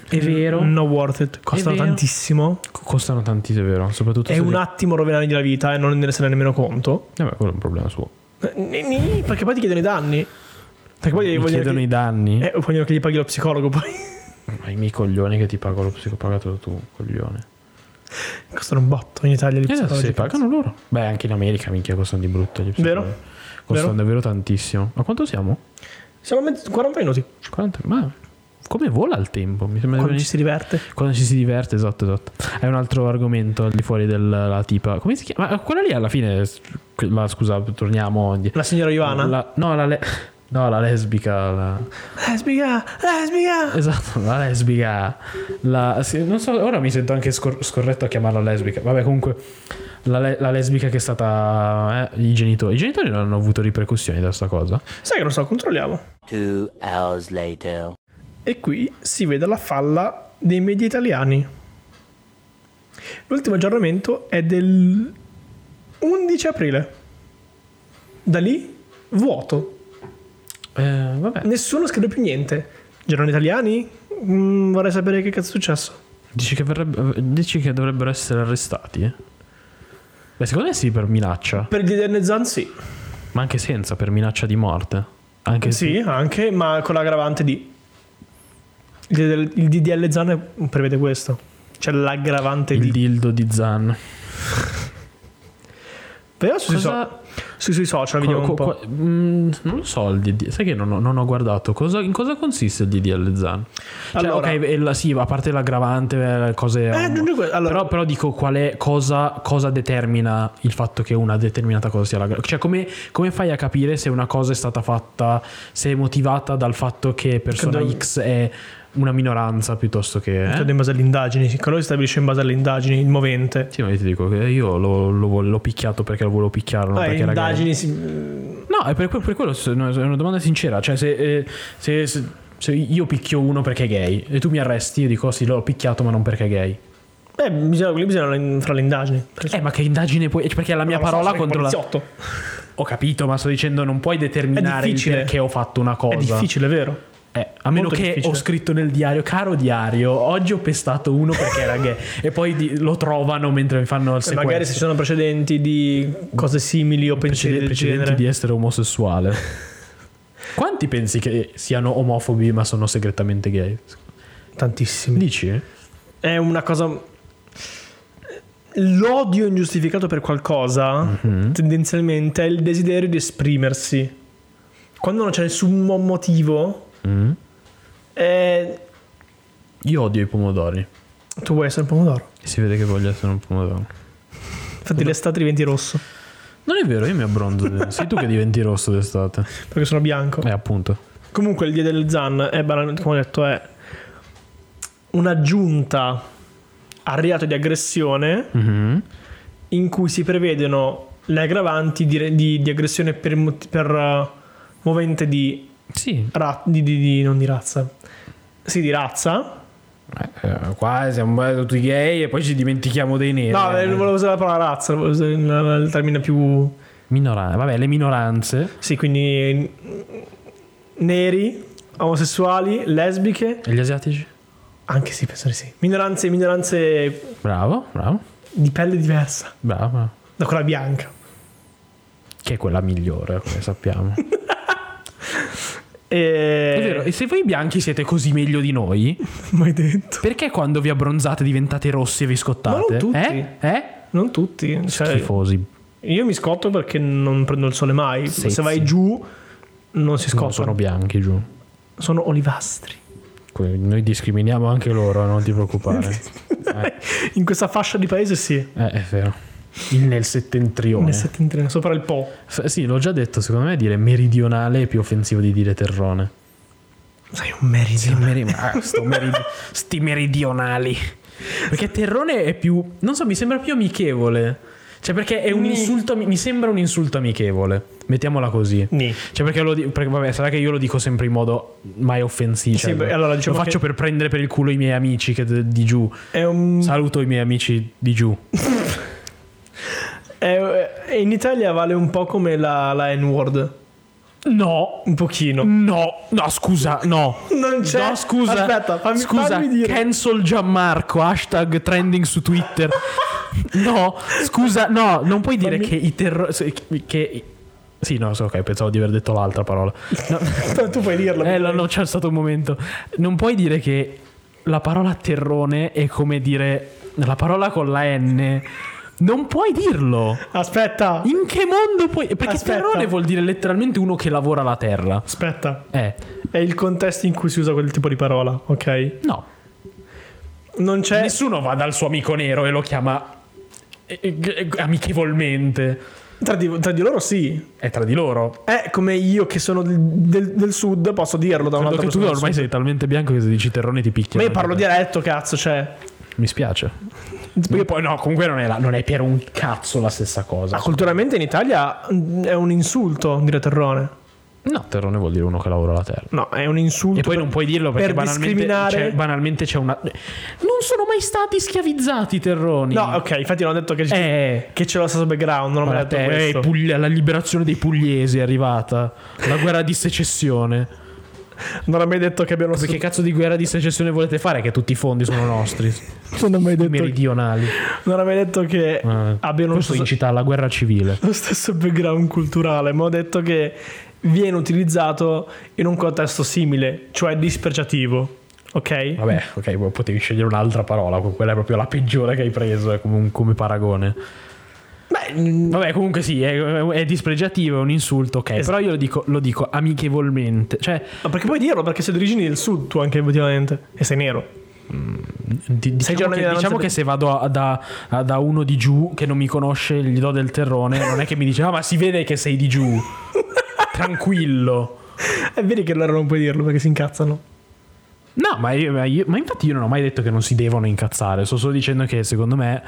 A: È vero.
B: No worth it, costano
A: vero.
B: tantissimo.
A: Co- Costano tanti, è vero. Soprattutto
B: È
A: se
B: un
A: devi-
B: attimo rovinargli la vita e non ne se ne è nemmeno conto.
A: Vabbè, quello è un problema suo.
B: Eh, ni- ni- Perché poi ti chiedono i danni. Perché poi
A: Mi
B: vogliono,
A: chiedono
B: che,
A: i danni.
B: eh, vogliono che gli paghi lo psicologo. Poi (laughs)
A: Ma i miei coglioni che ti pago lo psicopagato tu, coglione.
B: costano un botto in Italia. Gli
A: Esatto,
B: psicologi.
A: si pagano loro. Beh, anche in America, minchia, costano di brutto. Gli
B: Vero.
A: psicologi. Costano
B: Vero.
A: davvero tantissimo. Ma quanto siamo?
B: Siamo a mezz- 40 minuti.
A: 40? Ma come vola il tempo? Mi sembra di
B: Quando
A: aver
B: ci si diverte.
A: Quando ci si diverte, esatto, esatto. È un altro argomento al di fuori della tipa. Come si chiama? Ma quella lì alla fine. La, scusa, torniamo. indietro.
B: La signora Ioana.
A: La- no, la le- no, la lesbica. la-
B: Eh, Lesbica, lesbica.
A: Esatto, la lesbica. La, sì, non so, ora mi sento anche scor- scorretto a chiamarla lesbica. Vabbè, comunque. La, le- la lesbica che è stata. eh, i genitori. I genitori non hanno avuto ripercussioni da sta cosa.
B: Sai che non so, controlliamo.
C: Two hours later.
B: E qui si vede la falla dei media italiani. L'ultimo aggiornamento è del 11 aprile. Da lì vuoto.
A: Eh, vabbè.
B: Nessuno scrive più niente. Giornali italiani? Mm, vorrei sapere che cazzo è successo.
A: Dici che, verrebbe- dici che dovrebbero essere arrestati? eh. Beh, secondo me sì, per minaccia.
B: Per gli Dene Zan sì.
A: Ma anche senza, per minaccia di morte. Anche
B: Sì, anche, ma con l'aggravante di... Il il DDL Zan prevede questo. C'è l'aggravante
A: il
B: di...
A: dildo di Zan.
B: Però ci
A: Cosa-
B: sono, sui suoi social, vediamo
A: Co-
B: un po'.
A: co- co- mm, non lo so il DD, sai che non ho, non ho guardato Cosa- in cosa consiste il DDL Zan? Cioè,
B: Allora-
A: ok, e la- sì, a parte l'aggravante, eh, cose...
B: Eh, non è que- allora-
A: però, però dico qual è- cosa, cosa determina il fatto che una determinata cosa sia l'aggravante? Cioè come, come fai a capire se una cosa è stata fatta, se è motivata dal fatto che persona
B: Credo-
A: X è una minoranza piuttosto che... eh?
B: Credo Cioè, in base alle indagini, sì, che loro si stabilisce in base alle indagini, il movente.
A: Sì, ma io ti dico che io l'ho, l'ho vol- l'ho picchiato perché lo volevo picchiare, non
B: Ah,
A: perché era gay.
B: indagini si-
A: No, è per, que- per quello se- no, è una domanda sincera. Cioè, se, eh, se- se- se io picchio uno perché è gay e tu mi arresti, io dico sì, l'ho picchiato, ma non perché è gay.
B: eh, Beh, bisogna, quelli bisogna fra le indagini.
A: Eh, ma che indagine puoi. cioè, Perché è la mia
B: Ma lo so,
A: parola
B: sei
A: contro la.
B: poliziotto.
A: Ho capito, ma sto dicendo non puoi
B: È
A: determinare il
B: difficile.
A: perché ho fatto una cosa.
B: È difficile, vero?
A: Eh, a meno
B: Molto
A: che
B: difficile.
A: ho scritto nel diario, caro diario, oggi ho pestato uno perché era gay. e poi di- lo trovano mentre mi fanno il
B: E
A: sequestro.
B: Cioè, magari se ci sono precedenti di cose simili o pensieri
A: Precede- Cioè,
B: del
A: precedenti
B: genere.
A: di essere (laughs) omosessuale. Quanti pensi che siano omofobi ma sono segretamente gay?
B: Tantissimi.
A: Dici?
B: È una cosa... L'odio ingiustificato per qualcosa,
A: Mm-hmm.
B: tendenzialmente, è il desiderio di esprimersi. Quando non c'è nessun mo- motivo,
A: Mm.
B: è-
A: Io odio i pomodori.
B: tu vuoi essere un pomodoro.
A: Si vede che voglio essere un pomodoro.
B: Infatti l'estate diventi rosso,
A: Non è vero, io mi (laughs) abbronzo. Sei tu che diventi rosso d'estate.
B: perché sono bianco.
A: Eh, appunto.
B: Comunque il Dia del Zan è banalmente, come ho detto, è un'aggiunta al reato di aggressione
A: Mm-hmm.
B: in cui si prevedono le aggravanti di, di- di aggressione per, mot- per, eh, movente di,
A: Sì.
B: ra- di- di- di- non di razza. Sì, di razza.
A: Eh, qua siamo tutti gay e poi ci dimentichiamo dei neri.
B: No, eh, non volevo usare la parola razza, volevo usare il, il termine più...
A: Minoran- vabbè, le minoranze
B: Sì, quindi eh, neri, omosessuali, lesbiche,
A: e gli asiatici.
B: anche sì, penso di sì. Minoranze, minoranze
A: Bravo, bravo,
B: di pelle diversa.
A: bravo. bravo.
B: da quella bianca.
A: Che è quella migliore, come sappiamo.
B: E...
A: È vero, e se voi bianchi siete così meglio di noi,
B: (laughs) Mai detto.
A: perché quando vi abbronzate diventate rossi e vi scottate?
B: Ma non tutti.
A: Eh? Eh?
B: Non tutti. Cioè,
A: Schifosi.
B: io mi scotto perché non prendo il sole mai.
A: Sì,
B: Se vai
A: sì.
B: giù, non si
A: No,
B: scottono.
A: sono
B: sono...
A: bianchi giù.
B: olivastri.
A: Que- Noi discriminiamo anche loro, non ti (laughs) preoccupare.
B: (laughs) In questa fascia di paese, sì.
A: Eh, è vero. Il nel settentrione.
B: Nel settentrione, sopra il Po.
A: F- sì, l'ho già detto, secondo me dire meridionale è più offensivo di dire terrone.
B: Sei un meridionale.
A: Ah, sto meridi- sti meridionali. Perché terrone è più... Non so, mi sembra più amichevole. Cioè perché è un insulto... ami- Mi sembra un insulto amichevole. Mettiamola così.
B: Ni.
A: Cioè perché lo dico... Perché, vabbè, sarà che io lo dico sempre in modo mai offensivo.
B: Sì,
A: Cioè,
B: beh, allora, diciamo
A: lo
B: che-
A: faccio per prendere per il culo i miei amici che d- di giù.
B: È un...
A: Saluto i miei amici di giù.
B: è- è- in Italia vale un po' come la, la N-word.
A: No,
B: Un pochino.
A: no, no, scusa, no.
B: Non c'è.
A: Mm. No, scusa.
B: Cioè, Aspetta, fammi,
A: scusa,
B: fammi dire.
A: cancel Gianmarco, hashtag trending su Twitter. (laughs) no, scusa, no, non puoi dire
B: Fammi-
A: che i terroristi... Che... Sì, no, so, ok, pensavo di aver detto l'altra parola.
B: (laughs) tu puoi dirlo.
A: Eh, no, no, c'è stato un momento. Non puoi dire che la parola terrone è come dire la parola con la N. Non puoi dirlo.
B: Aspetta.
A: In che mondo puoi... Perché
B: Aspetta.
A: terrone vuol dire letteralmente uno che lavora la terra.
B: Aspetta.
A: Eh,
B: È il contesto in cui si usa quel tipo di parola, ok?
A: no.
B: Non c'è.
A: Eh. Nessuno va dal suo amico nero e lo chiama eh, eh, amichevolmente.
B: Tra di, tra di loro sì.
A: È tra di loro.
B: È come io che sono del, del- del sud, posso dirlo
A: Credo
B: da un'altra
A: che tu
B: persona.
A: ormai eh, sei talmente bianco che se dici terrone ti picchia.
B: Ma io parlo dialetto, cazzo, cioè.
A: Mi spiace. Io poi no, comunque non è, la- non è per un cazzo la stessa cosa.
B: Ma culturalmente in Italia mm, è un insulto dire terrone.
A: No, terrone vuol dire uno che lavora la terra.
B: No, è un
A: E
B: insulto.
A: poi non puoi dirlo perché
B: per
A: banalmente,
B: discriminare-
A: cioè, banalmente c'è una... Non sono mai stati schiavizzati i terroni.
B: No, ok, infatti non ho detto che,
A: Eh.
B: che c'è lo stesso background, non ho mai
A: La,
B: detto
A: te- eh,
B: questo.
A: Puglia- la liberazione dei pugliesi è arrivata. La guerra di secessione.
B: Non ho mai detto che abbiano
A: Perché cazzo di guerra di secessione volete fare? Che tutti i fondi sono nostri,
B: non ho mai (laughs) detto,
A: meridionali.
B: non ho mai detto che
A: Eh,
B: abbiano lo
A: questo
B: stesso,
A: incita alla guerra civile.
B: lo stesso background culturale, ma ho detto che viene utilizzato in un contesto simile, cioè dispregiativo. Ok?
A: Vabbè, ok, poi potevi scegliere un'altra parola, quella è proprio la peggiore che hai preso eh, come, un- come paragone.
B: Beh,
A: mm, vabbè, comunque sì, è, è dispregiativo, è un insulto, ok.
B: Esatto.
A: Però io lo dico, lo dico amichevolmente. Cioè,
B: Ma perché puoi dirlo? Perché sei di origini del sud tu anche effettivamente. E sei nero.
A: di- diciamo,
B: giorni di
A: che,
B: avanzata-
A: diciamo che se vado a- da, a- da uno di giù che non mi conosce, gli do del terrone, non è che mi dice, ah, ma si vede che sei di giù. Tranquillo.
B: E vedi che allora non puoi dirlo perché si incazzano.
A: No, ma, io- ma io- ma infatti io non ho mai detto che non si devono incazzare, sto solo dicendo che secondo me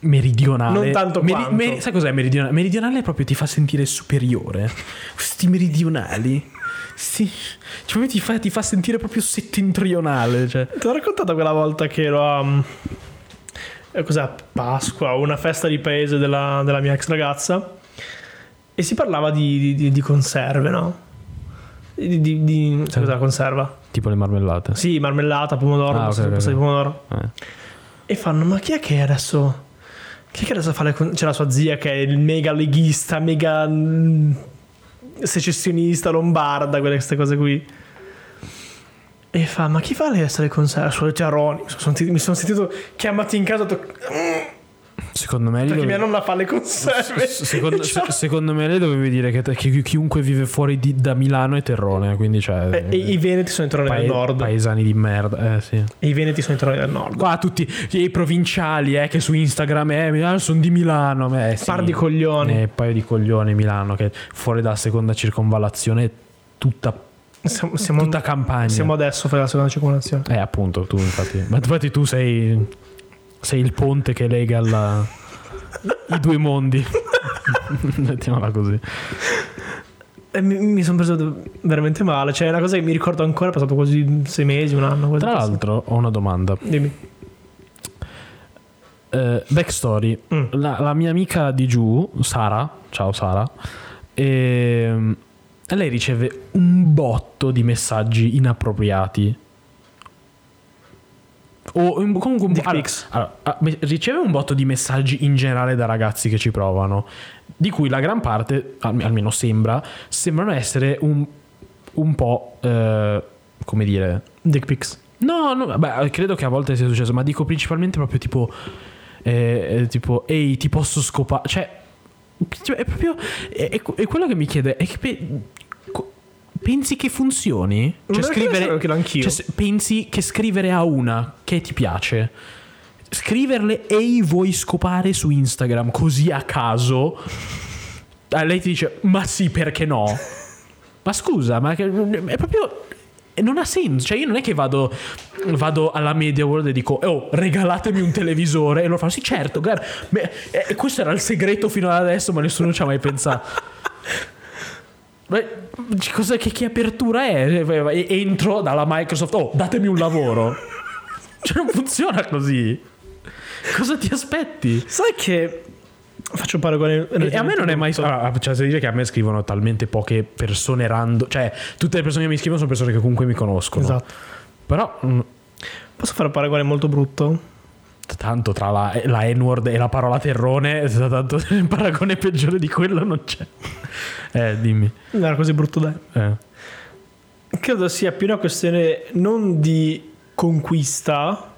A: meridionale...
B: Non tanto quanto.
A: sai cos'è meridionale? Meridionale proprio ti fa sentire superiore. Questi meridionali. Sì, cioè, proprio ti, fa, ti fa sentire proprio settentrionale. Cioè.
B: Ti ho raccontato quella volta che ero a. mm, eh, cos'è? Pasqua, una festa di paese della, della mia ex ragazza. E si parlava di, di- di conserve, no? Di. di, di sai cos'è la conserva?
A: Tipo le marmellate.
B: Sì, marmellata, pomodoro,
A: Ah, ok,
B: passata
A: ok,
B: passata di
A: ok.
B: pomodoro.
A: Eh.
B: E fanno, ma chi è che adesso... Chi è che adesso fa le... con-" C'è la sua zia che è il mega leghista, mega... mm, secessionista, lombarda, quelle queste cose qui. E fa, ma chi fa le adesso le conserve? Solo Tiaroni. Mi sono sentito, mi sono sentito chiamato in casa ho detto,
A: Secondo me... li
B: perché
A: dove-
B: mia nonna fa le conserve.
A: se- (laughs) Secondo,
B: (laughs) Cioè,
A: se- secondo me lei dovevi dire che, che chi- chiunque vive fuori di- da Milano è terrone, quindi cioè...
B: e, e i Veneti sono i terroni
A: pae-
B: del nord.
A: paesani di merda, eh sì.
B: E i Veneti sono i terroni del nord.
A: Qua tutti i provinciali eh, che su Instagram sono di Milano. Eh, sì.
B: Par di coglioni.
A: Eh, paio di coglioni Milano che fuori dalla seconda circonvallazione è tutta,
B: Siamo, siamo-
A: tutta campagna.
B: siamo adesso per la seconda circolazione.
A: Eh appunto, tu infatti. Ma infatti tu sei, sei il ponte che lega la- i due mondi.
B: (laughs)
A: Mettiamola così.
B: E mi, sono preso veramente male. Cioè, è una cosa che mi ricordo ancora. È passato quasi sei mesi, un anno. quasi.
A: Tra l'altro ho una domanda.
B: Dimmi.
A: Eh, backstory.
B: Mm.
A: La, la mia amica di giù, Sara, ciao Sara, ehm, lei riceve un botto di messaggi inappropriati. O in- comunque un
B: Dick
A: allora,
B: pics.
A: allora, ah, me- riceve un botto di messaggi in generale da ragazzi che ci provano, di cui la gran parte, alme- almeno sembra, sembrano essere un, un po', eh, come dire,
B: Dick pics.
A: No, no, beh, credo che a volte sia successo, ma dico principalmente proprio tipo. eh, eh, tipo, ehi, ti posso scopare. Cioè, cioè, è proprio. È, è- è quello che mi chiede. È che pe- co- pensi che funzioni? Cioè,
B: Perché
A: scrivere.
B: adesso che l'ho anch'io.
A: cioè, se- pensi che scrivere a una che ti piace. Scriverle, ehi, vuoi scopare su Instagram così a caso. A lei ti dice, ma sì, perché no? Ma scusa, ma che- è proprio. Non ha senso. Cioè, io non è che vado, vado alla Media World e dico: Oh, regalatemi un televisore. E loro fanno: Sì, certo, guarda. beh, eh, questo era il segreto fino ad adesso, ma nessuno ci ha mai pensato. Beh, c- cosa- che, che apertura è? E- Entro dalla Microsoft. Oh, datemi un lavoro. Cioè, non funziona così. Cosa ti aspetti?
B: Sai che faccio un paragone.
A: E Eh, a me non è mai. Allora, cioè, se dice che a me scrivono talmente poche persone random. Cioè, tutte le persone che mi scrivono sono persone che comunque mi conoscono.
B: Esatto.
A: Però, mm, mh,
B: Posso fare un paragone molto brutto?
A: t- tanto tra la, eh, la N-word e la parola terrone, (laughs) tanto il paragone peggiore di quello non c'è. (laughs) Eh, dimmi.
B: Non era così brutto, dai.
A: Eh.
B: Credo sia più una questione non di conquista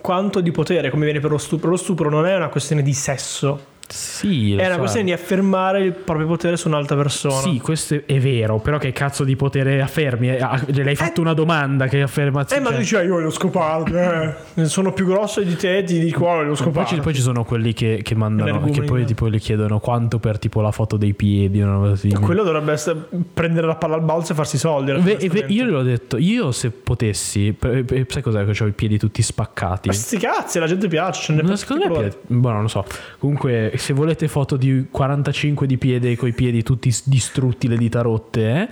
B: quanto di potere, come viene per lo stupro. Lo stupro non è una questione di sesso,
A: Sì,
B: è una questione di affermare il proprio potere su un'altra persona.
A: Sì, questo è- è vero, però che cazzo di potere affermi? Eh, ah, Le hai fatto una domanda che
B: Eh,
A: affermazione. Cioè,
B: ma tu dici, "Ah, io voglio scoparlo. eh. Sono più grosso di te, ti dico, "Ah, voglio
A: Poi ci,
B: scoparlo.
A: poi ci sono quelli che, che mandano,
B: Energumeni,
A: che poi
B: no?
A: tipo le chiedono quanto per tipo la foto dei piedi o una cosa simile.
B: Quello dovrebbe essere prendere la palla al balzo e farsi i soldi. alla
A: Mm. Ve-
B: fine,
A: ve- io gliel'ho detto, io se potessi, per- per- sai cos'è che ho i piedi tutti spaccati?
B: Ma sti cazzi, la gente piace. Ce ne
A: No,
B: fa
A: secondo me,
B: tutti i
A: piedi- boh, non lo so. Comunque, se volete foto di 45 di piede coi piedi tutti s- distrutti, le dita rotte,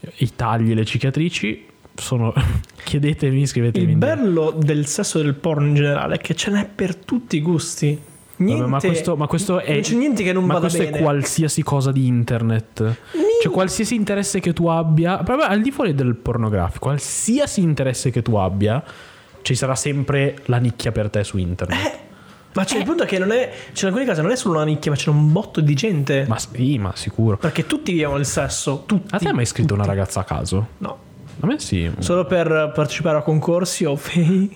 A: eh, i tagli, le cicatrici, sono... (laughs) chiedetemi,
B: colori.
A: scrivetemi.
B: Il
A: in
B: bello del sesso e del porno in generale è che ce n'è per tutti i gusti.
A: DM.
B: Niente,
A: Vabbè, ma, questo, ma questo è...
B: non c'è niente che non
A: ma
B: vada
A: questo
B: bene.
A: è qualsiasi cosa di internet. Cioè, qualsiasi interesse che tu abbia, proprio al di fuori del pornografico, qualsiasi interesse che tu abbia, ci sarà sempre la nicchia per te su internet.
B: Eh. Ma c'è il punto è che non è. Cioè, in alcuni casi non è solo una nicchia, ma c'è un botto di gente.
A: Ma Ah, sì, ma sicuro.
B: Perché tutti vivono il sesso. Tutti.
A: A te hai mai scritto una ragazza a caso?
B: No.
A: A me sì.
B: Solo (laughs) per partecipare a concorsi o fake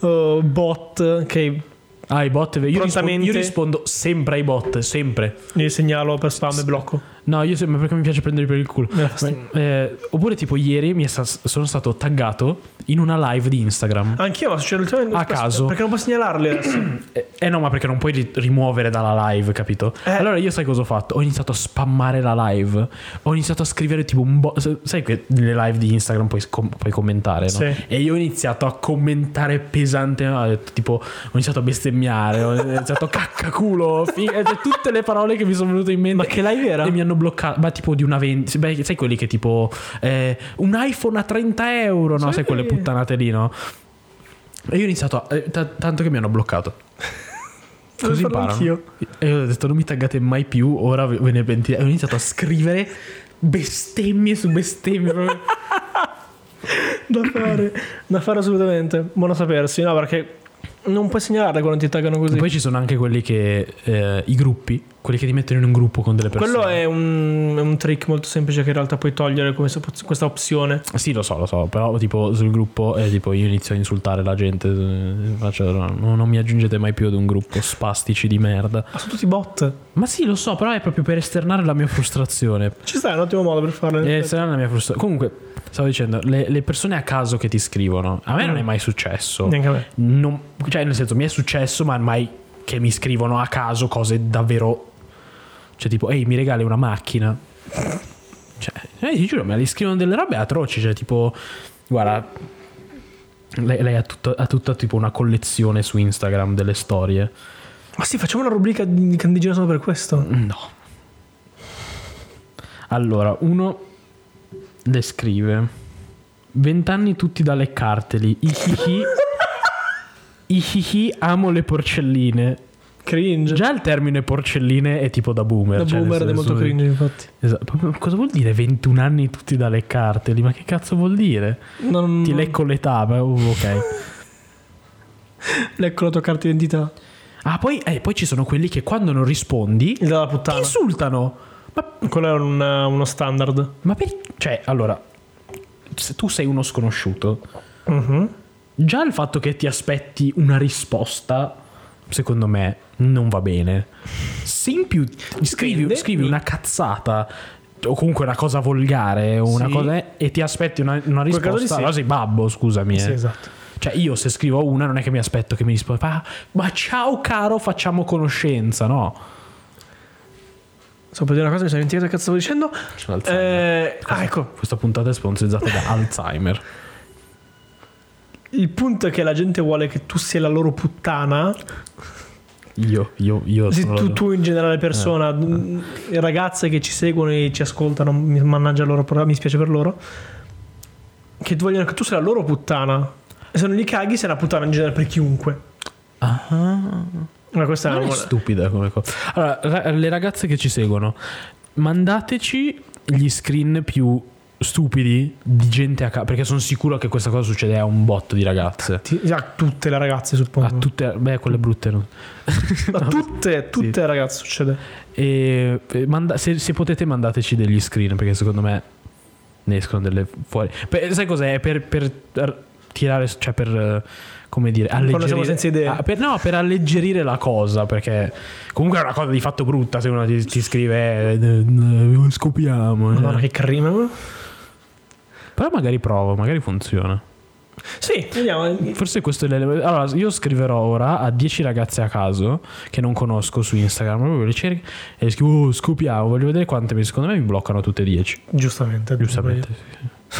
B: o Ah, bot che
A: Ai bot, io, rispondo,
B: Prontamente.
A: io rispondo sempre ai bot, sempre.
B: Io segnalo per spam e blocco.
A: No, io sempre perché mi piace prendere per il culo.
B: Me la fastidio.
A: Eh, oppure tipo ieri mi è sta- sono stato taggato in una live di Instagram.
B: Anch'io, ma succede ultimamente.
A: A caso.
B: Perché non puoi segnalarle adesso.
A: Eh, eh no, (clears throat) ma perché non puoi ri- rimuovere dalla live, capito?
B: Eh.
A: Allora io sai cosa ho fatto? Ho iniziato a spammare la live. Ho iniziato a scrivere tipo un bot. Sai che nelle live di Instagram puoi, com- puoi commentare, no?
B: Sì.
A: E io ho iniziato a commentare pesante. no? Ho detto, tipo, ho iniziato a bestemmiare. Ho iniziato (laughs) caccaculo. fi- eh, cioè, tutte le parole che mi sono venute in mente.
B: ma che live era?
A: E mi hanno bloccato, ma tipo di una vendita, beh, sai quelli che tipo eh, un iPhone a 30 euro, no?
B: Sì.
A: Sai quelle puttanate lì, no? E io ho iniziato, a, eh, ta- tanto che mi hanno bloccato.
B: Devo
A: Così
B: farlo
A: imparano.
B: anch'io.
A: E io ho detto non mi taggate mai più, ora ve ve ne pentite. E ho iniziato a scrivere bestemmie su bestemmie. (laughs) proprio.
B: Da fare. Da fare assolutamente. Buono sapersi. No, perché non puoi segnalarle quando ti taggano così.
A: E poi ci sono anche quelli che, eh, i gruppi, quelli che ti mettono in un gruppo con delle persone.
B: Quello è un, è un trick molto semplice che in realtà puoi togliere come se fosse questa opzione.
A: Sì, lo so, lo so, però tipo sul gruppo eh, tipo, io inizio a insultare la gente, eh, faccio, no, no, non mi aggiungete mai più ad un gruppo spastici di merda.
B: Ma sono tutti bot.
A: Ma sì, lo so, però è proprio per esternare la mia frustrazione.
B: Ci sta, è un ottimo modo (laughs) per farlo.
A: Eh, esternare la mia frustrazione. Comunque, stavo dicendo, le, le persone a caso che ti scrivono, a me non è mai successo.
B: Mm. Neanche a me.
A: Non- cioè, nel senso, mi è successo, ma mai che mi scrivono a caso cose davvero... Cioè, tipo, ehi, mi regali una macchina. Cioè, eh, ti giuro, me li scrivono delle robe atroci, cioè, tipo... Guarda, lei, lei ha, tutta, ha tutta tipo una collezione su Instagram delle storie.
B: Ma sì, facciamo una rubrica di candigina solo per questo.
A: No. Allora, uno le scrive: Vent'anni tutti da leccarteli. Ihihi. Ihihi, amo le porcelline.
B: Cringe.
A: Già il termine porcelline è tipo da boomer.
B: da
A: cioè, nel
B: boomer ed è
A: senso-
B: molto cringe, infatti.
A: Esatto. Proprio- Cosa vuol dire 21 anni tutti da leccarteli? Ma che cazzo vuol dire?
B: Non,
A: Ti lecco l'età, ma uh, ok.
B: (laughs) lecco la tua carta d'identità.
A: Ah, poi, eh, poi ci sono quelli che quando non rispondi ti
B: Il della puttana.
A: insultano. Ma
B: Quello era un, eh, uno standard.
A: Ma per... Cioè, allora, se tu sei uno sconosciuto,
B: Mhm.
A: già il fatto che ti aspetti una risposta, secondo me, non va bene. Se in più scrivi,
B: Dipende.
A: scrivi una cazzata o comunque una cosa volgare o una
B: Sì.
A: cosa e ti aspetti una, una
B: quel caso
A: risposta,
B: sì.
A: allora sei babbo, scusami.
B: Sì,
A: eh.
B: esatto.
A: Cioè, io se scrivo una non è che mi aspetto che mi risponda, "Ah, ma ciao caro, facciamo conoscenza, no?
B: Sto per dire una cosa, mi sono dimenticato che cazzo stavo dicendo.
A: C'è l'Alzheimer.
B: Eh, ah, ecco.
A: Questa puntata è sponsorizzata da Alzheimer.
B: Il punto è che la gente vuole che tu sia la loro puttana.
A: Io, io, io
B: Sì,
A: sono-
B: tu, tu in generale persona, mh, ragazze che ci seguono e ci ascoltano, mi- mannaggia loro, però mi spiace per loro, che vogliono che tu sia la loro puttana. E se non li caghi sei una puttana in generale per chiunque. Ma questa Ah. è
A: Non
B: una
A: è
B: buona-
A: stupida come cosa. Allora, ra- le ragazze che ci seguono, mandateci gli screen più stupidi di gente a caso, perché sono sicuro che questa cosa succede a un botto di ragazze.
B: Ti- A tutte le ragazze suppongo.
A: A tutte, beh, quelle brutte. no.
B: A tutte, tutte le ragazze succede.
A: E, e manda- se, se potete mandateci degli screen, perché secondo me ne escono delle fuori. Per- sai cos'è? Per, per r- tirare, cioè per eh, come dire, alleggerire.
B: siamo senza idee.
A: Ah, per- no, per alleggerire la cosa, perché comunque è una cosa di fatto brutta se uno ti, ti scrive eh, eh, eh, scopiamo. eh.
B: Madonna che carino.
A: Però magari provo, magari funziona.
B: Sì, vediamo.
A: Forse questo è l'elemento. Allora, io scriverò ora a 10 ragazze a caso che non conosco su Instagram, proprio le cerco e scrivo "Oh, scopiamo, voglio vedere quante, mi- secondo me mi bloccano tutte e 10.
B: Giustamente.
A: Giustamente. sì, sì.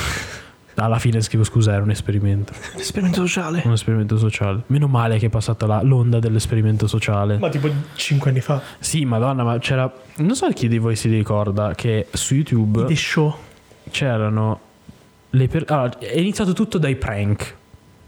A: Alla fine scrivo scusa, era un esperimento.
B: Esperimento sociale.
A: Un esperimento sociale. Meno male che è passata la- l'onda dell'esperimento sociale.
B: Ma tipo 5 anni fa.
A: Sì, madonna, ma c'era... Non so chi di voi si ricorda che su YouTube
B: The show.
A: c'erano... Le per- allora, è iniziato tutto dai prank.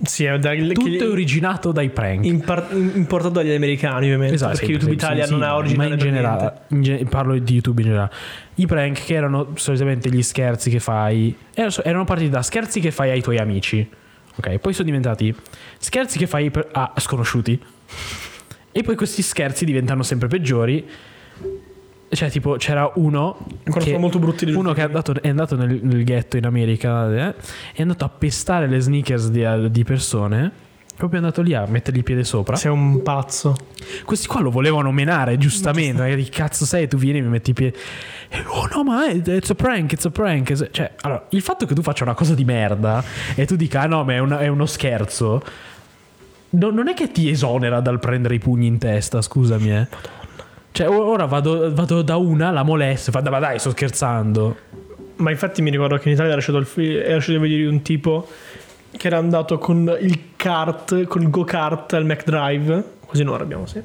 B: Sì, è da-
A: Tutto è
B: che-
A: originato dai prank.
B: impar- importato dagli americani ovviamente perché
A: Esatto, sì,
B: YouTube
A: sì,
B: Italia
A: sì,
B: non
A: sì,
B: ha
A: ma-
B: origine
A: ma in generale, in ge- parlo di YouTube in generale. I prank che erano solitamente gli scherzi che fai, erano, so- erano partiti da scherzi che fai ai tuoi amici, ok? Poi sono diventati scherzi che fai per- a sconosciuti. E poi questi scherzi diventano sempre peggiori. Cioè, tipo, c'era uno.
B: Ancora
A: che,
B: sono molto brutti gli
A: uno
B: ultimi.
A: che è andato, è andato nel, nel ghetto in America eh, è andato a pestare le sneakers di, di persone. proprio andato lì a mettergli il piede sopra.
B: Sei un pazzo.
A: Questi qua lo volevano menare, (laughs) giustamente. Perché di cazzo sei? Tu vieni e mi metti i piedi. E, Oh no, ma è- it's a prank, it's a prank. It's a-" Cioè, allora, il fatto che tu faccia una cosa di merda e tu dica, ah no, ma è, una- è uno scherzo. no- non è che ti esonera dal prendere i pugni in testa, scusami, eh. Cioè, o- ora vado, vado da una, la molesto, e fa, ma dai, sto scherzando.
B: Ma infatti mi ricordo che in Italia era uscito il, fi- era uscito il video di un tipo che era andato con il kart, col go-kart al McDrive. Così non abbiamo, sì.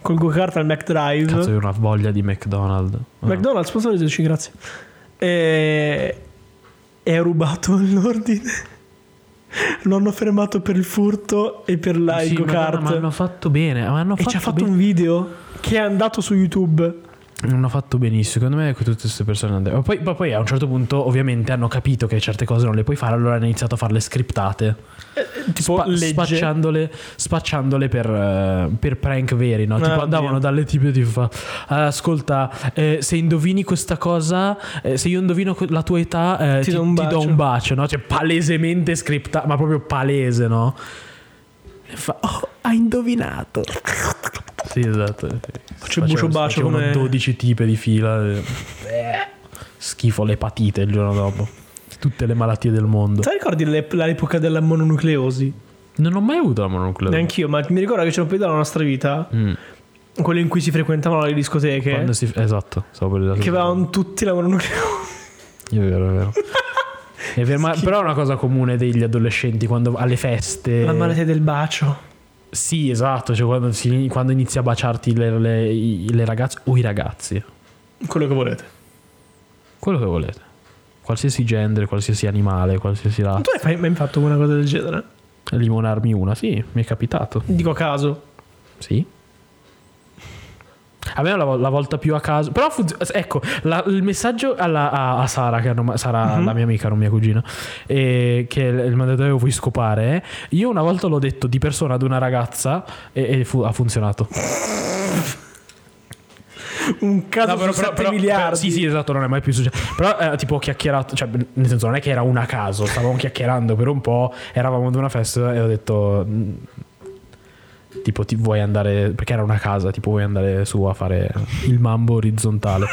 B: Col go-kart al McDrive.
A: Cazzo, io ho una voglia di McDonald's.
B: McDonald's, sponsorizzaci, grazie. E... e ha rubato (laughs) l'ordine. Lo hanno fermato per il furto e per la,
A: Sì,
B: il go-kart.
A: Madonna, ma hanno fatto bene. Ma hanno
B: E ci ha
A: fatto
B: fatto un video che è andato su YouTube.
A: Non ho fatto benissimo, secondo me ecco, tutte queste persone hanno detto- ma Poi, ma poi a un certo punto ovviamente hanno capito che certe cose non le puoi fare, allora hanno iniziato a farle scriptate,
B: Tipo
A: Spa-
B: legge.
A: spacciandole, spacciandole per, eh, per prank veri, no? Tipo
B: Ah,
A: andavano
B: oddio.
A: dalle tipe tipo fa, "Ah, ascolta, eh, se indovini questa cosa, eh, se io indovino que- la tua età, eh, ti,
B: Ti do un
A: ti do
B: bacio."
A: un bacio, no? Cioè palesemente scriptato, ma proprio palese, no? E fa, oh, ha indovinato. Sì, esatto.
B: Faccio il bucio bacio
A: facevano
B: come-
A: 12 tipe di fila. e- Schifo l'epatite il giorno dopo. Tutte le malattie del mondo.
B: Sai ricordi l'ep- l'epoca della mononucleosi?
A: Non ho mai avuto la mononucleosi.
B: Neanch'io, ma mi ricordo che c'era un periodo della nostra vita,
A: Mm,
B: quello in cui si frequentavano le discoteche,
A: quando si- Esatto, stavo per dire-
B: che avevano tutti la mononucleosi.
A: È vero, è
B: (laughs)
A: vero. È vero, ma- però è una cosa comune degli adolescenti quando alle feste.
B: La malattia del bacio.
A: Sì, esatto. Cioè quando, si- quando inizi a baciarti le, le- i- le ragazze o i ragazzi.
B: Quello che volete.
A: Quello che volete. Qualsiasi genere, qualsiasi animale, qualsiasi razza.
B: Tu hai mai fatto una cosa del genere?
A: Limonarmi una, sì, mi è capitato.
B: Dico a caso.
A: Sì. A me la, vol- la volta più a caso. Però funz- ecco, la- il messaggio alla- a, a Sara, che hanno ma- Sara
B: Mhm.
A: la mia amica, non mia cugina, eh, che l- mi ha detto "Eh, vuoi scopare. eh?" Io una volta l'ho detto di persona ad una ragazza e, e fu- ha funzionato.
B: Un caso
A: No, però-
B: su
A: però-
B: 7
A: però-
B: miliardi.
A: però- sì, sì, esatto, non è mai più successo. Però eh, tipo ho chiacchierato, cioè nel senso non è che era una caso, stavamo chiacchierando per un po', eravamo ad una festa e ho detto "Mm, tipo ti vuoi andare perché era una casa, tipo vuoi andare su a fare il mambo orizzontale.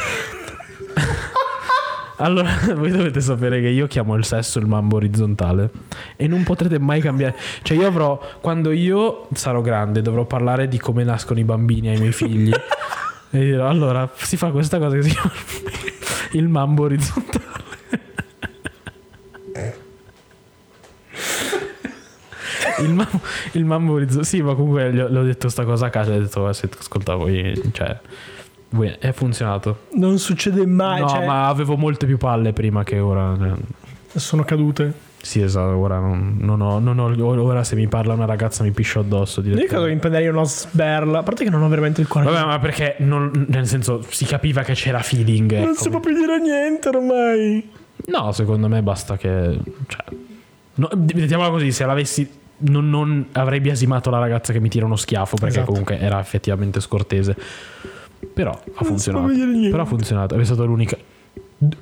A: (laughs) Allora, (laughs) voi dovete sapere che io chiamo il sesso il mambo orizzontale e non potrete mai cambiare. Cioè, io avrò, quando io sarò grande, dovrò parlare di come nascono i bambini ai miei figli. e dirò, allora, si fa questa cosa che si chiama (laughs) il mambo orizzontale. Il mambo, il mambo orizzontale. Sì, ma comunque gli ho- le ho detto sta cosa a casa. Ho detto, "Eh, se ascolta voi, cioè, voi, è funzionato.
B: Non succede mai.
A: No,
B: cioè,
A: ma avevo molte più palle prima che ora. cioè.
B: Sono cadute.
A: Sì, esatto, ora non, non ho, non ho- Ora se mi parla una ragazza mi piscio addosso.
B: Io
A: direttamente.
B: credo che impenderei una sberla. A parte che non ho veramente il cuore.
A: Vabbè, ma perché non- nel senso si capiva che c'era feeling.
B: non
A: ecco.
B: si può più dire niente ormai.
A: No, secondo me basta che. Cioè, no, mettiamola così, se l'avessi. Non, non avrei biasimato la ragazza che mi tira uno schiaffo perché
B: Esatto.
A: comunque era effettivamente scortese. Però ha
B: Non si può
A: funzionato.
B: vedere niente.
A: Però ha funzionato. È stata l'unica.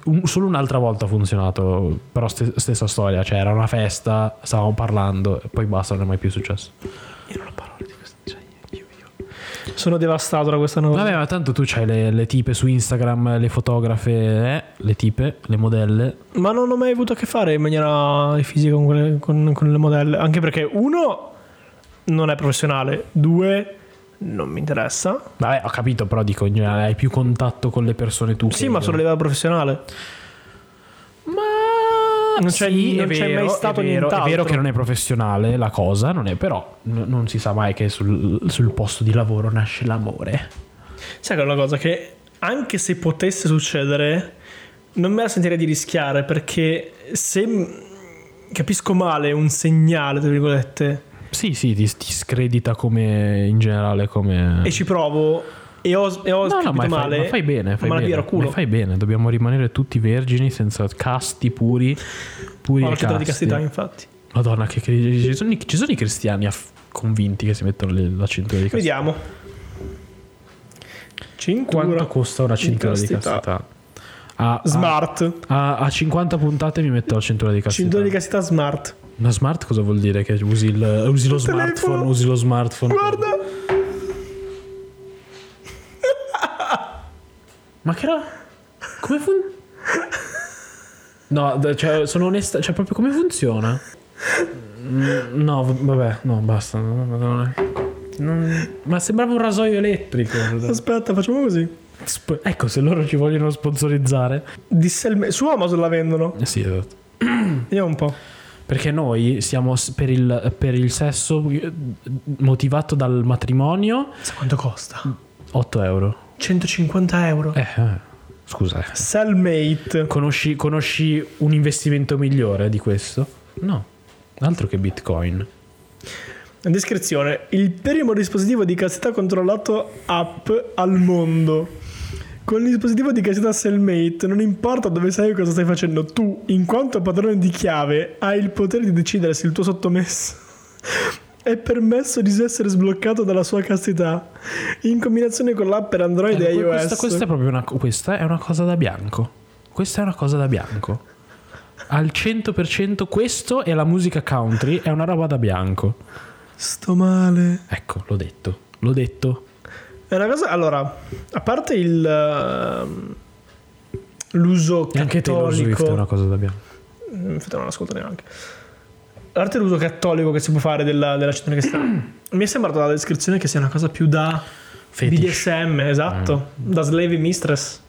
A: un- solo un'altra volta ha funzionato. Però ste- stessa storia. Cioè, era una festa, stavamo parlando, e poi basta, non è mai più successo.
B: Io non ho parole di questo. Cioè, io, io. Sono devastato da questa novità.
A: Vabbè, ma tanto tu c'hai le, le tipe su Instagram, le fotografe, eh, le tipe, le modelle.
B: Ma non ho mai avuto a che fare in maniera eh, fisica con, quelle- con- con le modelle. Anche perché, uno, non è professionale. Due, non mi interessa.
A: Vabbè, ho capito, però dico in generale hai più contatto con le persone tu.
B: Sì, ma solo a livello professionale.
A: Ma
B: Non c'è-
A: Ah, Sì,
B: non
A: è
B: c'è
A: vero,
B: mai stato
A: è vero, è
B: nient'altro.
A: vero che non è professionale la cosa, non è, però n- non si sa mai che sul, sul posto di lavoro nasce l'amore.
B: Sai che è una cosa che, anche se potesse succedere, non me la sentirei di rischiare perché se m- capisco male un segnale, tra virgolette,
A: Sì, sì, ti, ti scredita come in generale come
B: e ci provo e ho, e ho
A: Eh. No, no,
B: capito
A: ma fai,
B: male,
A: ma fai bene, fai
B: me la
A: bene,
B: piglierò a culo.
A: ma fai bene, dobbiamo rimanere tutti vergini senza casti puri, puri
B: Ho
A: e
B: la città di
A: casti.
B: castità, infatti.
A: Madonna, che, che- ci, sono, i- ci sono i cristiani aff- convinti che si mettono le- la cintura di castità.
B: Vediamo. Cintura.
A: Quanto costa una cintura di
B: castità.
A: castità? A, a-
B: Smart.
A: Ah, a- a 50 puntate mi metto la cintura di castità.
B: Cintura di castità smart.
A: Una smart cosa vuol dire? Che usi, il- usi lo
B: Il telefono.
A: smartphone, usi lo smartphone.
B: Guarda,
A: Ma che era? Come funziona? No, d- cioè, sono onesta, cioè proprio come funziona? Mm, No, v- vabbè, no, basta. no, no, no, no. Non- Ma sembrava un rasoio elettrico.
B: aspetta, facciamo così.
A: Sp- ecco, se loro ci vogliono sponsorizzare.
B: Disselme- Su Amazon la vendono.
A: Eh sì, esatto.
B: Vediamo un po'.
A: Perché noi siamo s- per il, per il sesso eh, motivato dal matrimonio
B: Sa quanto costa?
A: 8 euro.
B: 150 euro.
A: Eh, eh, scusa. eh.
B: Cellmate.
A: Conosci, conosci un investimento migliore di questo? No, altro che Bitcoin.
B: Descrizione. Il primo dispositivo di cassetta controllato app al mondo. Con il dispositivo di cassetta Cellmate non importa dove sei o cosa stai facendo, tu, in quanto padrone di chiave, hai il potere di decidere se il tuo sottomesso è permesso di essere sbloccato dalla sua castità. In combinazione con l'app per Android e
A: Eh,
B: iOS.
A: questa, questa è proprio una, questa è una cosa da bianco. Questa è una cosa da bianco. Al 100% questo e la musica country è una roba da bianco.
B: Sto male.
A: Ecco, l'ho detto. L'ho detto.
B: È una cosa. Allora, a parte il. ehm, l'uso
A: E anche
B: cattolico.
A: Taylor Swift è una cosa da bianco.
B: Mm, Infatti, non l'ascolto neanche. A parte l'uso cattolico che si può fare della, della città
A: (clears throat)
B: che sta. Mi è sembrato dalla descrizione che sia una cosa più da.
A: Fetish. Mm.
B: BDSM, esatto. Da slave mistress.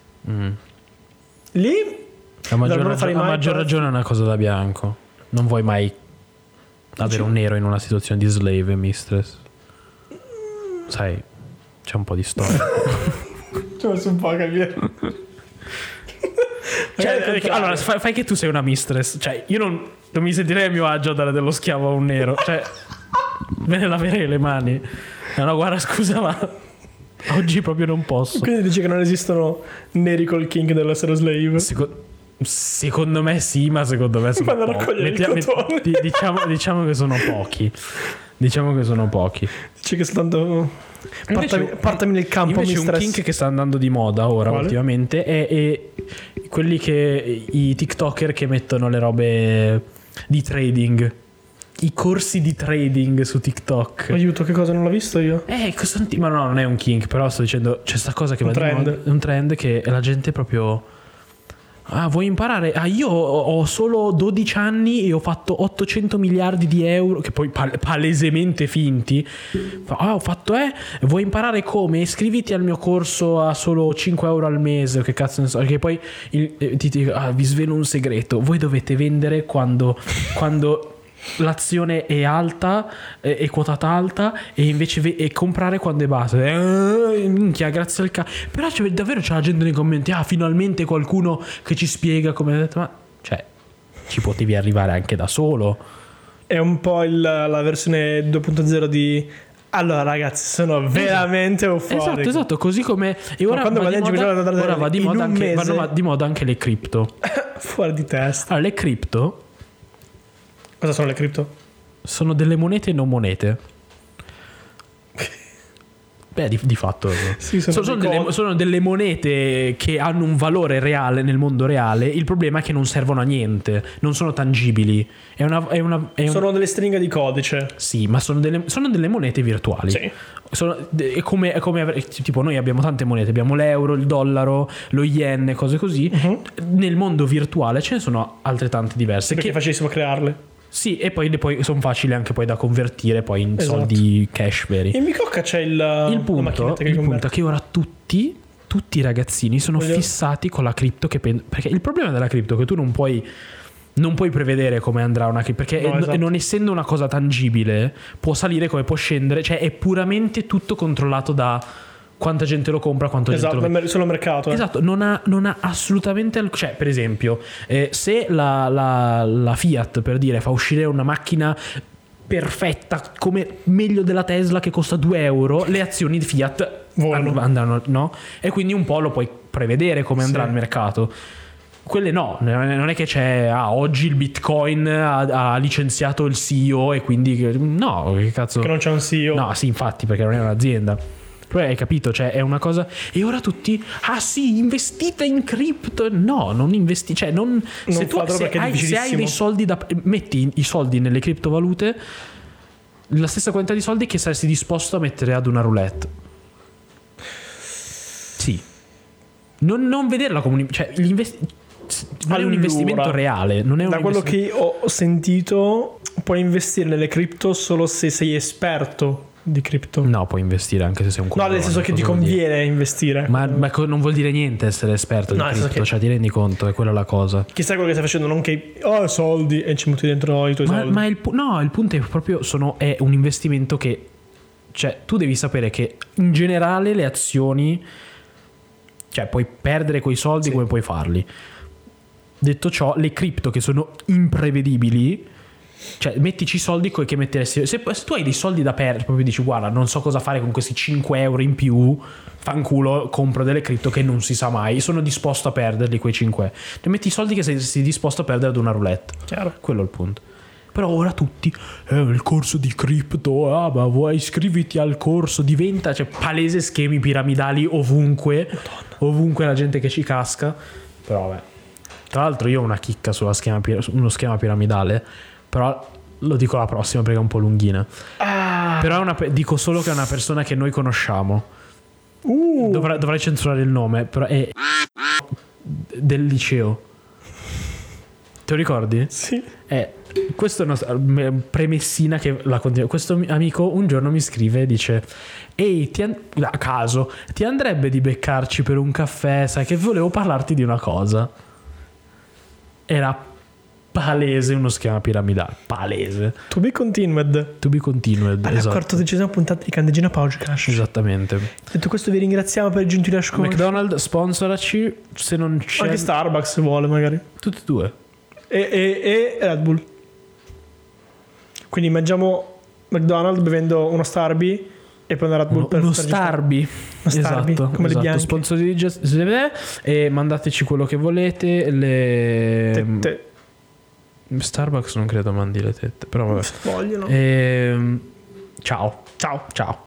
B: Lì.
A: A maggior,
B: Non lo
A: ragione,
B: farei
A: a
B: mai,
A: maggior
B: però-
A: ragione è una cosa da bianco. Non vuoi mai avere un nero in una situazione di slave, mistress. Sai, c'è un po' di (laughs) storia.
B: Ci ho messo un po' a (laughs) capire.
A: Cioè,
B: Magari al
A: perché-
B: contrario.
A: eh, allora, fai, fai che tu sei una mistress. Cioè, io non, non mi sentirei a mio agio a dare dello schiavo a un nero. Cioè, me ne laverei le mani. No, no, guarda, scusa, ma (laughs) oggi proprio non posso.
B: Quindi dici che non esistono neri col king dell'essere slave.
A: Seco- secondo me sì, ma secondo me sono
B: Vanno a
A: pochi.
B: raccogliere il cotone.
A: di- diciamo, diciamo che sono pochi. Diciamo che sono pochi.
B: Dici che soltanto. Partami, partami nel campo,
A: Invece un
B: mistress.
A: kink che sta andando di moda ora
B: Quale?
A: ultimamente è, è quelli che i TikToker che mettono le robe di trading. I corsi di trading su TikTok.
B: Aiuto, che cosa non l'ho visto io?
A: Eh, cosa non ti- ma no, non è un kink, però sto dicendo c'è sta cosa che
B: Un
A: va di
B: trend.
A: moda, è un trend che la gente proprio Ah, vuoi imparare? Ah, io ho ho solo 12 anni e ho fatto 800 miliardi di euro, che poi pal- palesemente finti. Fa, Ah, ho fatto, eh, vuoi imparare come? Iscriviti al mio corso a solo 5 euro al mese, che cazzo ne so. Che poi il- eh, ti, ti- ah, vi svelo un segreto. Voi dovete vendere quando, quando l'azione è alta, eh, è quotata alta, e invece ve- e comprare quando è bassa. Eh, minchia, grazie al cazzo. Però c'è- davvero c'è la gente nei commenti, ah, finalmente qualcuno che ci spiega come... ho detto, Ma, cioè, ci potevi arrivare anche da solo.
B: È un po' il- la versione 2.0 di. Allora, ragazzi, sono veramente euforico.
A: Esatto, esatto, così come... E ora,
B: quando
A: va di,
B: guadagni
A: moda,
B: milioni da dare-
A: ora va di
B: in
A: moda
B: un
A: anche,
B: mese-
A: vanno di moda anche le cripto.
B: Fuori di testa.
A: Allora, le cripto
B: Cosa sono le cripto?
A: sono delle monete e non monete. Beh, di, di fatto
B: Sì,
A: sono,
B: sono dei
A: sono delle,
B: coin.
A: sono delle monete che hanno un valore reale nel mondo reale. Il problema è che non servono a niente, non sono tangibili. È una, è una- è un-
B: Sono delle stringhe di codice.
A: Sì, ma sono delle, sono delle monete virtuali.
B: Sì.
A: Sono- è come, è come avere- tipo noi abbiamo tante monete, abbiamo l'euro, il dollaro, lo yen, cose così.
B: Mhm.
A: Nel mondo virtuale ce ne sono altrettante diverse.
B: Perché
A: che-
B: è facilissimo crearle.
A: sì, e poi, poi sono facili anche poi da convertire poi in
B: Esatto.
A: soldi cash veri.
B: In Micocca c'è il,
A: il
B: la
A: punto,
B: macchinetta che
A: il punto
B: converte.
A: è che ora tutti, tutti i ragazzini sono
B: Voglio-
A: fissati con la cripto che pen- Perché il problema della cripto è che tu non puoi. Non puoi prevedere come andrà una cripto. Perché
B: No,
A: n-
B: esatto.
A: non essendo una cosa tangibile, può salire come può scendere. Cioè, è puramente tutto controllato da quanta gente lo compra, quanto gente lo
B: Esatto, nel
A: vende.
B: mer- solo mercato. eh.
A: Esatto, non ha, non ha assolutamente. alc- cioè, per esempio, eh, se la, la- la Fiat per dire fa uscire una macchina perfetta, come meglio della Tesla che costa 2 euro, le azioni di Fiat
B: Volano.
A: an- andranno, no? E quindi un po' lo puoi prevedere come andrà
B: Sì.
A: il mercato. Quelle no, non è che c'è ah, oggi il Bitcoin ha, ha licenziato il CEO e quindi no, che cazzo.
B: Che non c'è un CEO.
A: No, sì, infatti, perché non è un'azienda. Poi hai capito, cioè è una cosa... E ora tutti... Ah sì, investite in cripto! No, non investi... Cioè non... se tu
B: fatelo
A: se
B: perché è
A: hai, se hai
B: difficilissimo.
A: dei soldi da... Metti i soldi nelle criptovalute, la stessa quantità di soldi che saresti disposto a mettere ad una roulette. Sì. Non, non vederla come un... in- Cioè, gli investi- Non è un
B: Allora,
A: investimento reale, non è un
B: Da quello
A: investimento-
B: che ho sentito, puoi investire nelle cripto solo se sei esperto di cripto. No,
A: No, puoi investire anche se sei un coglione.
B: nel senso che ti
A: Mm. cosa vuol dire?
B: conviene investire.
A: Ma, ma co- non vuol dire niente essere esperto di
B: No, nel senso
A: cripto,
B: che-
A: cioè ti rendi conto, è quella la cosa.
B: Chissà quello che stai facendo, non che oh, soldi e ci butti dentro i tuoi
A: Ma,
B: soldi.
A: ma il, pu- no, il punto è proprio sono, è un investimento che... Cioè, tu devi sapere che in generale le azioni... Cioè, puoi perdere quei soldi come puoi farli. Detto ciò, le cripto che sono imprevedibili... Cioè, mettici i soldi coi che metteresti. Se, se tu hai dei soldi da perdere, proprio dici, guarda, non so cosa fare con questi 5 euro in più, fanculo, compro delle cripto che non si sa mai. Sono disposto a perderli quei 5. Cioè, metti i soldi che sei, sei disposto a perdere ad una roulette.
B: Chiaro.
A: Quello è il punto. Però ora tutti, eh, il corso di cripto, ah, ma vuoi iscriviti al corso, diventa, cioè, palese schemi piramidali ovunque, ovunque la gente che ci casca. Però, vabbè. Tra l'altro io ho una chicca sulla schema, pir- su uno schema piramidale, però lo dico alla prossima perché è un po' lunghina. Però è una pe- dico solo che è una persona che noi conosciamo.
B: Uh,
A: Dovrei, dovrei censurare il nome, però è del liceo. Te lo ricordi?
B: sì.
A: Eh, questo è una premessina che la continua. Questo mi- amico un giorno mi scrive e dice: Ehi, ti an- a caso, ti andrebbe di beccarci per un caffè? Sai che volevo parlarti di una cosa. Era palese uno schema piramidale. Palese.
B: To be continued.
A: To be continued.
B: Alla
A: esatto.
B: quattordicesima puntata di Candegina Podcast.
A: Esattamente.
B: Detto questo vi ringraziamo per il gentile ascolto.
A: McDonald's sponsoraci se non c'è.
B: Anche Starbucks se vuole magari.
A: Tutti e due.
B: E, e- e Red Bull. Quindi mangiamo McDonald's bevendo uno Starby e poi una Red Bull
A: Uno,
B: per
A: uno
B: per registrare.
A: Starby.
B: Starby,
A: esatto,
B: come le
A: esatto.
B: bianche.
A: Sponsorizzaci- e Eh, mandateci quello che volete. Le...
B: Te- te-
A: Starbucks non credo mandi le tette, però vabbè.
B: vogliono.
A: Ehm, ciao. Ciao. Ciao.